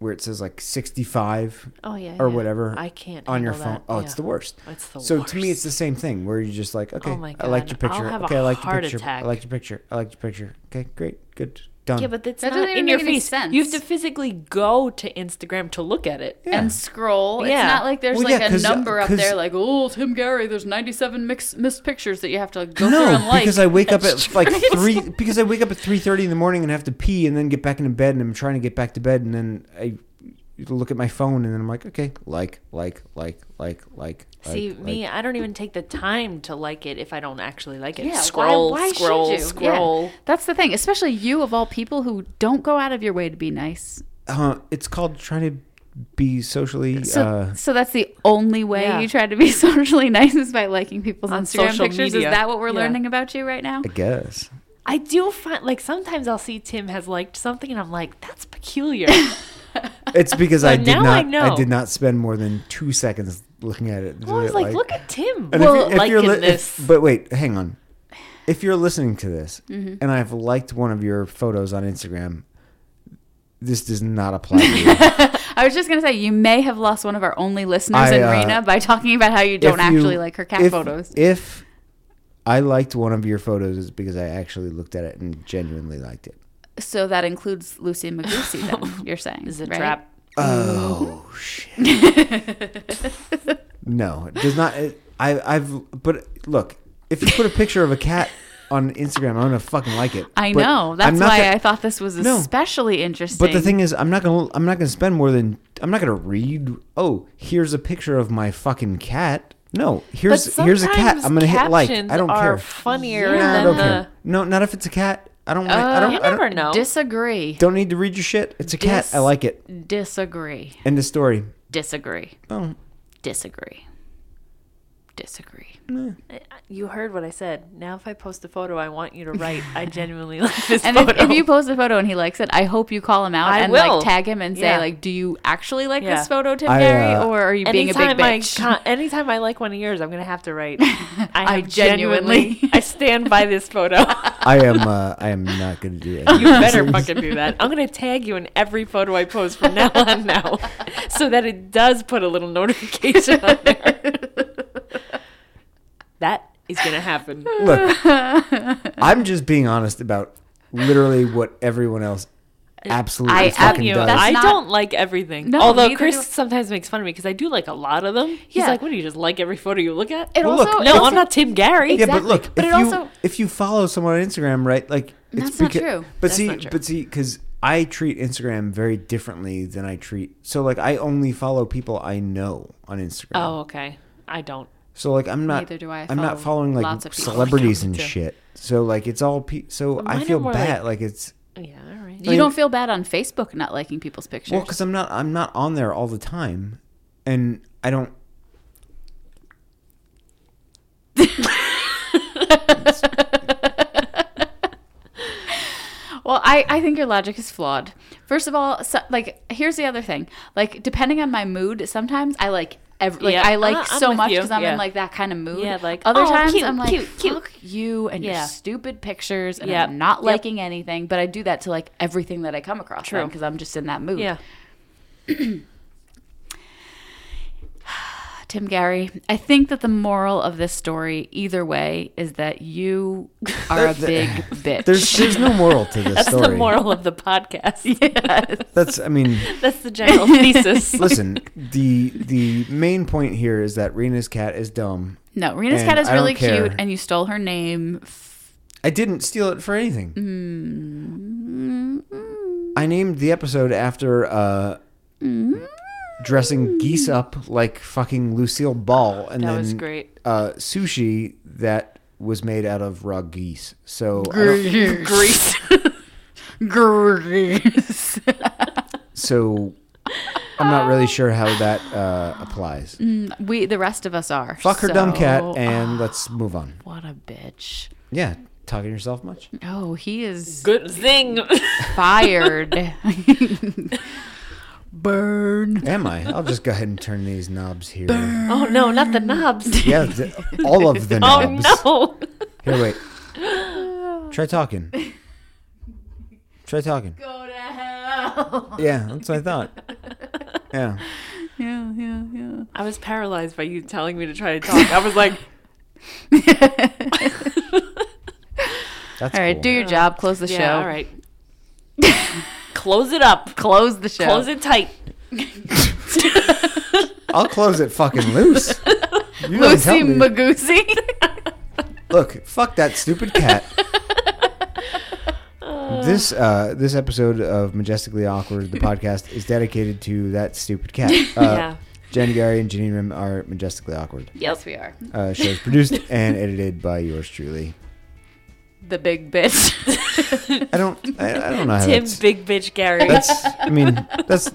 Speaker 1: where it says like 65
Speaker 2: Oh yeah.
Speaker 1: or
Speaker 2: yeah.
Speaker 1: whatever
Speaker 2: I can't
Speaker 1: on your
Speaker 2: handle
Speaker 1: phone.
Speaker 2: that.
Speaker 1: Oh, it's
Speaker 2: Yeah.
Speaker 1: the worst.
Speaker 2: It's the
Speaker 1: so to me, it's
Speaker 2: worst. Oh
Speaker 1: the same thing where you're just like, okay,
Speaker 2: my
Speaker 1: I liked your
Speaker 2: God, I'll
Speaker 1: picture.
Speaker 2: have a
Speaker 1: okay, I liked your
Speaker 2: heart
Speaker 1: picture.
Speaker 2: attack.
Speaker 1: I liked your picture. I liked your picture. Okay, great, good, done.
Speaker 2: Yeah, but that's
Speaker 3: That
Speaker 2: not
Speaker 3: doesn't even
Speaker 2: in your
Speaker 3: make any
Speaker 2: face. You have to
Speaker 3: sense.
Speaker 2: physically go to Instagram to look at it.
Speaker 1: Yeah.
Speaker 3: and scroll.
Speaker 2: Yeah.
Speaker 3: It's not like there's
Speaker 1: Well,
Speaker 3: like
Speaker 1: yeah,
Speaker 3: a
Speaker 1: 'cause- uh,
Speaker 3: number up
Speaker 1: 'cause-
Speaker 3: there like, oh, Tim Gary, there's 97 mix- missed pictures that you have to like, go through
Speaker 1: no,
Speaker 3: and like.
Speaker 1: because I wake up at like
Speaker 3: right.
Speaker 1: three. Because I wake up at three thirty in the morning and have to pee, and then get back into bed, and I'm trying to get back to bed, and then I look at my phone, and then I'm like, okay, like, like, like, like, like.
Speaker 2: See
Speaker 1: like,
Speaker 2: me,
Speaker 1: like.
Speaker 2: I don't even take the time to like it if I don't actually like it.
Speaker 3: Yeah, why-
Speaker 2: scroll,
Speaker 3: why should
Speaker 2: scroll,
Speaker 3: you? Yeah.
Speaker 2: scroll.
Speaker 3: That's the thing, especially you of all people who don't go out of your way to be nice.
Speaker 1: Uh, it's called trying to be socially.
Speaker 3: So,
Speaker 1: uh,
Speaker 3: so that's the only way
Speaker 2: Yeah.
Speaker 3: you try to be socially nice is by liking people's
Speaker 2: On
Speaker 3: Instagram
Speaker 2: social
Speaker 3: pictures.
Speaker 2: media.
Speaker 3: Is that what we're
Speaker 2: Yeah.
Speaker 3: learning about you right now?
Speaker 1: I guess.
Speaker 2: I do find like sometimes I'll see Tim has liked something and I'm like, that's peculiar.
Speaker 1: It's because I
Speaker 2: But
Speaker 1: did
Speaker 2: now I
Speaker 1: not. I,
Speaker 2: know.
Speaker 1: did not spend more than two seconds looking at it.
Speaker 2: I was like, look at Tim.
Speaker 1: And
Speaker 2: well,
Speaker 1: if you, if
Speaker 2: liking
Speaker 1: you're li- if-
Speaker 2: this.
Speaker 1: but wait, hang on. If you're listening to this,
Speaker 3: Mm-hmm.
Speaker 1: and I've liked one of your photos on Instagram, this does not apply to you.
Speaker 3: I was just gonna say you may have lost one of our only listeners
Speaker 1: I,
Speaker 3: in
Speaker 1: uh,
Speaker 3: Rena by talking about how you
Speaker 1: If
Speaker 3: don't actually
Speaker 1: you-
Speaker 3: like her cat
Speaker 1: if-
Speaker 3: photos.
Speaker 1: If I liked one of your photos, it's because I actually looked at it and genuinely liked it.
Speaker 3: So that includes Lucy Magusi, then you're saying
Speaker 2: is a
Speaker 3: right?
Speaker 2: trap.
Speaker 1: Oh shit! no, it does not. It, I, I've but look, if you put a picture of a cat on Instagram, I'm gonna fucking like it.
Speaker 3: I
Speaker 1: But
Speaker 3: know.
Speaker 1: I'm
Speaker 3: That's
Speaker 1: not
Speaker 3: why
Speaker 1: gonna-
Speaker 3: I thought this was
Speaker 1: No.
Speaker 3: especially interesting.
Speaker 1: But the thing is, I'm not gonna. I'm not gonna spend more than. I'm not gonna read. Oh, here's a picture of my fucking cat. No,
Speaker 2: But
Speaker 1: here's here's a cat.
Speaker 2: sometimes
Speaker 1: I'm gonna hit like.
Speaker 2: captions
Speaker 1: I don't
Speaker 2: are
Speaker 1: care.
Speaker 2: Funnier
Speaker 1: Nah, I
Speaker 2: than
Speaker 1: don't
Speaker 2: the.
Speaker 1: care. No, not if it's a cat. I don't. wanna- I
Speaker 3: Uh,
Speaker 1: don't.
Speaker 2: You
Speaker 1: I
Speaker 2: never
Speaker 1: don't,
Speaker 2: know.
Speaker 3: disagree,
Speaker 1: don't need to read your shit. It's a cat.
Speaker 3: Dis-
Speaker 1: I like it.
Speaker 3: disagree,
Speaker 1: End of story.
Speaker 3: disagree,
Speaker 1: Oh,
Speaker 3: disagree, disagree.
Speaker 2: You heard what I said. Now, if I post a photo, I want you to write, "I genuinely like this
Speaker 3: And if,
Speaker 2: photo."
Speaker 3: if you post a photo and he likes it, I hope you call him out
Speaker 2: I
Speaker 3: and
Speaker 2: will.
Speaker 3: like tag him and say
Speaker 2: Yeah.
Speaker 3: like, "Do you actually like
Speaker 2: Yeah.
Speaker 3: this photo, Tim
Speaker 1: I,
Speaker 3: Gary,
Speaker 1: uh,
Speaker 3: or are you being a big
Speaker 2: anytime
Speaker 3: bitch?"
Speaker 2: I con- anytime I like one of yours, I'm gonna have to write. I, have
Speaker 3: genuinely-
Speaker 2: genuinely, I stand by this photo.
Speaker 1: I am. Uh, I am not gonna do it.
Speaker 2: you better fucking do that. I'm gonna tag you in every photo I post from now on now, so that it does put a little notification on there. that is gonna happen.
Speaker 1: Look, I'm just being honest about literally what everyone else absolutely
Speaker 3: I-
Speaker 1: fucking
Speaker 2: You,
Speaker 1: does.
Speaker 3: that's
Speaker 2: I
Speaker 3: not-
Speaker 2: don't like everything.
Speaker 3: No,
Speaker 2: Although
Speaker 3: neither
Speaker 2: Chris
Speaker 3: do I.
Speaker 2: sometimes makes fun of me because I do like a lot of them. He's
Speaker 3: Yeah.
Speaker 2: like, "What do you just like every photo you look at?"
Speaker 3: It
Speaker 1: Well,
Speaker 3: also
Speaker 1: look,
Speaker 2: no,
Speaker 3: it's-
Speaker 2: I'm not Tim Gary.
Speaker 1: Yeah, but
Speaker 3: Exactly.
Speaker 1: look,
Speaker 3: But
Speaker 1: if
Speaker 3: it
Speaker 1: you
Speaker 3: also-
Speaker 1: if you follow someone on Instagram, right? Like, it's
Speaker 3: That's not
Speaker 1: becau-
Speaker 3: true.
Speaker 1: But
Speaker 3: That's
Speaker 1: see,
Speaker 3: not true.
Speaker 1: but see, because I treat Instagram very differently than I treat. So like, I only follow people I know on Instagram.
Speaker 2: Oh, okay. I don't.
Speaker 1: So like, I'm not.
Speaker 3: Neither do I. I
Speaker 1: I'm not
Speaker 3: follow
Speaker 1: following
Speaker 3: lots
Speaker 1: like
Speaker 3: of people.
Speaker 1: celebrities
Speaker 2: Oh, yeah, me
Speaker 1: and
Speaker 2: too.
Speaker 1: shit. So like, it's all. Pe- so
Speaker 2: mine
Speaker 1: I
Speaker 2: are
Speaker 1: feel
Speaker 2: more
Speaker 1: bad. Like, it's
Speaker 2: Yeah, all right.
Speaker 3: You don't feel bad on Facebook not liking people's pictures.
Speaker 1: well because I'm not. I'm not on there all the time, and I don't.
Speaker 3: Well, I, I think your logic is flawed. First of all, so, like here's the other thing. Like depending on my mood, sometimes I like every like
Speaker 2: Yeah,
Speaker 3: I like
Speaker 2: I- I'm
Speaker 3: so
Speaker 2: with
Speaker 3: much
Speaker 2: you,
Speaker 3: because I'm
Speaker 2: yeah.
Speaker 3: in like that kind of mood.
Speaker 2: Yeah, like,
Speaker 3: other
Speaker 2: "Oh,
Speaker 3: times
Speaker 2: cute,
Speaker 3: I'm like
Speaker 2: cute, cute."
Speaker 3: fuck you and
Speaker 2: Yeah.
Speaker 3: your stupid pictures and
Speaker 2: Yep.
Speaker 3: I'm not
Speaker 2: Yep.
Speaker 3: liking anything. But I do that to like everything that I come across
Speaker 2: True.
Speaker 3: because I'm just in that mood.
Speaker 2: Yeah.
Speaker 3: Uh, Tim Gary, I think that the moral of this story, either way, is that you are a big bitch.
Speaker 1: There's there's no moral to this
Speaker 2: That's
Speaker 1: story.
Speaker 2: the moral of the podcast.
Speaker 1: That's I mean.
Speaker 2: That's the general thesis.
Speaker 1: Listen, the the main point here is that Rena's cat is dumb.
Speaker 3: no, Rena's
Speaker 1: And
Speaker 3: cat is
Speaker 1: I don't
Speaker 3: really
Speaker 1: care.
Speaker 3: cute, and you stole her name.
Speaker 1: I didn't steal it for anything.
Speaker 2: Mm-hmm.
Speaker 1: I named the episode after uh, dressing geese up like fucking Lucille Ball, and
Speaker 2: That
Speaker 1: then
Speaker 2: was great.
Speaker 1: Uh, sushi that was made out of raw geese. So I don't-
Speaker 3: Grease. Grease.
Speaker 1: so I'm not really sure how that uh, applies.
Speaker 2: Mm,
Speaker 3: we the rest of us are.
Speaker 1: Fuck her dumb cat,
Speaker 3: so-
Speaker 1: and
Speaker 2: uh,
Speaker 1: let's move on.
Speaker 3: what a bitch.
Speaker 1: Yeah, talking to yourself much?
Speaker 3: Oh, he is
Speaker 2: Good zing.
Speaker 3: fired. Burn.
Speaker 1: Am I? I'll just go ahead and turn these knobs here.
Speaker 2: oh no, not the knobs.
Speaker 1: Yeah, th- all of the
Speaker 2: Oh
Speaker 1: knobs.
Speaker 2: no.
Speaker 1: Here, wait. Try talking. Try talking.
Speaker 3: Go to hell. well.
Speaker 1: Yeah, that's what I thought. Yeah.
Speaker 3: Yeah, yeah, yeah.
Speaker 2: I was paralyzed by you telling me to try to talk. I was like,
Speaker 1: That's
Speaker 3: All right,
Speaker 1: cool.
Speaker 3: do your job. Close the
Speaker 2: yeah,
Speaker 3: show.
Speaker 2: all right. Close it up.
Speaker 3: Close the show.
Speaker 2: Close it tight.
Speaker 1: I'll close it fucking loose. You don't tell
Speaker 3: Lucy
Speaker 1: me.
Speaker 3: Magoosey.
Speaker 1: Look, fuck that stupid cat. this uh, this episode of Majestically Awkward, the podcast, is dedicated to that stupid cat. Uh,
Speaker 2: Yeah.
Speaker 1: Jen Gary and Janine Rim are majestically awkward.
Speaker 3: yes, we are.
Speaker 1: Uh, shows produced and edited by yours truly.
Speaker 3: The big bitch.
Speaker 1: I don't. I, I don't know. How
Speaker 2: Tim,
Speaker 1: that's,
Speaker 2: big bitch Gary.
Speaker 1: that's. I mean, that's.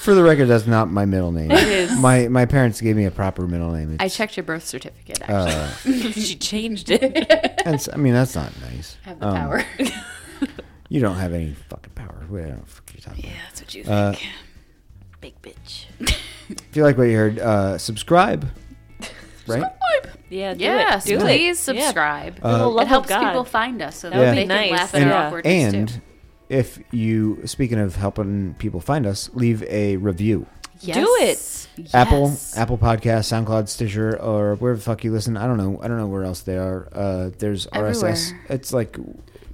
Speaker 1: For the record, that's not my middle name.
Speaker 2: It is.
Speaker 1: My my parents gave me a proper middle name.
Speaker 3: I
Speaker 1: It's,
Speaker 3: checked your birth certificate, actually.
Speaker 1: uh,
Speaker 2: she changed it.
Speaker 1: that's, I mean, that's not nice.
Speaker 3: I have the
Speaker 1: Um,
Speaker 3: power. yeah,
Speaker 1: You don't have any fucking power. Wait, I don't know what you're talking about.
Speaker 3: that's what you think.
Speaker 1: Uh,
Speaker 2: big bitch.
Speaker 1: If you like what you heard, uh, subscribe. Right?
Speaker 2: Yeah, do
Speaker 3: yes,
Speaker 2: it. Do it.
Speaker 3: please
Speaker 2: Yeah.
Speaker 3: subscribe.
Speaker 1: Uh,
Speaker 2: Little love
Speaker 3: it helps
Speaker 2: of God.
Speaker 3: people find us so that
Speaker 2: That
Speaker 1: would
Speaker 3: they
Speaker 1: be
Speaker 3: can
Speaker 2: nice,
Speaker 3: laugh at
Speaker 1: and
Speaker 3: our
Speaker 2: yeah.
Speaker 3: awkwardness
Speaker 1: and
Speaker 3: too.
Speaker 1: if you, speaking of helping people find us, leave a review.
Speaker 3: Yes.
Speaker 1: Apple,
Speaker 3: Yes.
Speaker 1: Apple Podcast, SoundCloud, Stitcher, or wherever the fuck you listen. I don't know. I don't know where else they are. Uh, there's RSS.
Speaker 3: Everywhere.
Speaker 1: It's like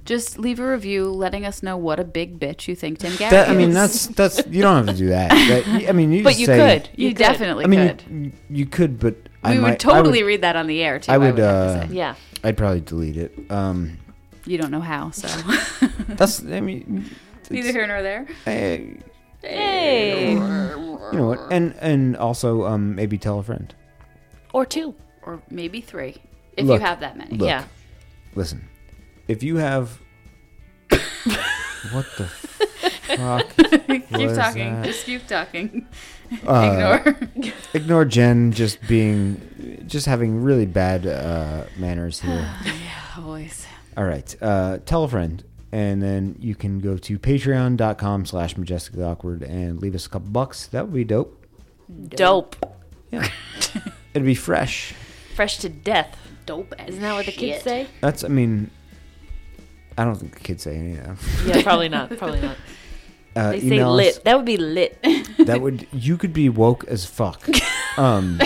Speaker 3: Just leave a review letting us know what a big bitch you think Tim Gary
Speaker 1: that. I mean,
Speaker 3: is.
Speaker 1: that's that's. You don't have to do that. That- I mean, you.
Speaker 2: But
Speaker 1: just
Speaker 2: you
Speaker 1: say-
Speaker 2: could.
Speaker 3: You,
Speaker 2: could.
Speaker 3: definitely
Speaker 1: I mean,
Speaker 3: could.
Speaker 1: you, you could, but I
Speaker 3: we
Speaker 1: might,
Speaker 3: would totally
Speaker 1: I would,
Speaker 3: read that on the air too.
Speaker 1: I would,
Speaker 3: have to
Speaker 1: uh,
Speaker 3: say.
Speaker 2: Yeah.
Speaker 1: I'd probably delete it. Um,
Speaker 3: You don't know how, so
Speaker 1: that's. I mean,
Speaker 3: neither here nor there.
Speaker 1: I-
Speaker 2: Hey.
Speaker 1: you know what? And and also, um, maybe tell a friend.
Speaker 2: Or two.
Speaker 3: Or maybe three, if
Speaker 1: Look,
Speaker 3: you have that many.
Speaker 1: Look,
Speaker 2: Yeah.
Speaker 1: listen. If you have, what the fuck?
Speaker 3: keep
Speaker 1: was
Speaker 3: talking.
Speaker 1: that?
Speaker 3: Just keep talking.
Speaker 1: Uh,
Speaker 3: Ignore.
Speaker 1: ignore Jen just being, just having really bad uh, manners here.
Speaker 3: Always.
Speaker 1: All right, uh, tell a friend, and then you can go to Patreon.com/slash Majestically Awkward and leave us a couple bucks. That would be dope.
Speaker 2: Dope.
Speaker 1: Yeah, it'd be fresh.
Speaker 2: Fresh to death.
Speaker 3: Dope. As
Speaker 2: Isn't that what the kids
Speaker 3: shit.
Speaker 2: say?
Speaker 1: That's. I mean, I don't think the kids say any of that.
Speaker 2: Yeah, probably not. Probably not.
Speaker 1: Uh,
Speaker 2: They say
Speaker 1: email us.
Speaker 2: lit. That would be lit.
Speaker 1: That would you could be woke as fuck. Um,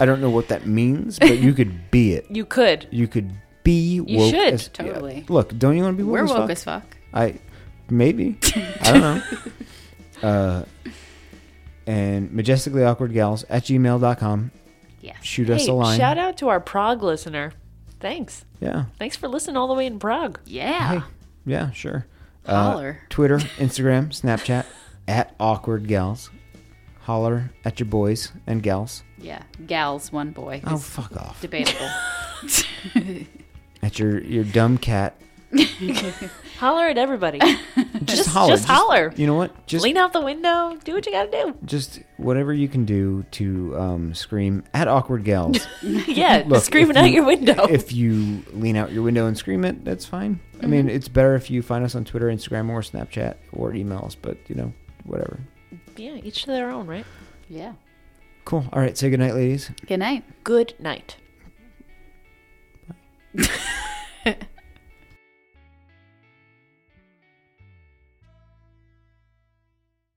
Speaker 1: I don't know what that means, but you could be it.
Speaker 2: You could.
Speaker 1: You could be woke.
Speaker 2: You should,
Speaker 1: as, yeah.
Speaker 3: totally.
Speaker 1: Look, don't you want to be woke
Speaker 3: We're
Speaker 1: as
Speaker 3: woke
Speaker 1: fuck?
Speaker 3: as fuck.
Speaker 1: I maybe. I don't know. Uh, and majestically awkward gals at gmail.com.
Speaker 3: Yes.
Speaker 1: Shoot us
Speaker 2: hey,
Speaker 1: a line.
Speaker 2: shout out to our Prague listener. Thanks.
Speaker 1: Yeah,
Speaker 2: Thanks for listening all the way in Prague.
Speaker 3: Yeah.
Speaker 1: yeah, sure. Uh,
Speaker 3: Holler.
Speaker 1: Twitter, Instagram, Snapchat at awkward gals. Holler at your boys and gals.
Speaker 3: Yeah. Gals, one boy.
Speaker 1: Oh,
Speaker 3: It's
Speaker 1: fuck off.
Speaker 3: debatable.
Speaker 1: At your your dumb cat
Speaker 2: Holler at everybody.
Speaker 1: just,
Speaker 2: Just-
Speaker 1: holler.
Speaker 2: just holler.
Speaker 1: You know what? Just
Speaker 2: Lean out the window. Do what you got to
Speaker 1: just whatever you can do to um, scream at awkward gals.
Speaker 2: do. Yeah,
Speaker 1: Look, if
Speaker 2: screaming out
Speaker 1: you-
Speaker 2: your window.
Speaker 1: if you lean out your window and scream it, that's fine. I mean, it's better if you find us on Twitter, Instagram, or Snapchat or emails. But you know, whatever.
Speaker 2: yeah, each to their own, right?
Speaker 3: yeah.
Speaker 1: Cool. All right. Say goodnight, ladies.
Speaker 3: Good night.
Speaker 2: Good night.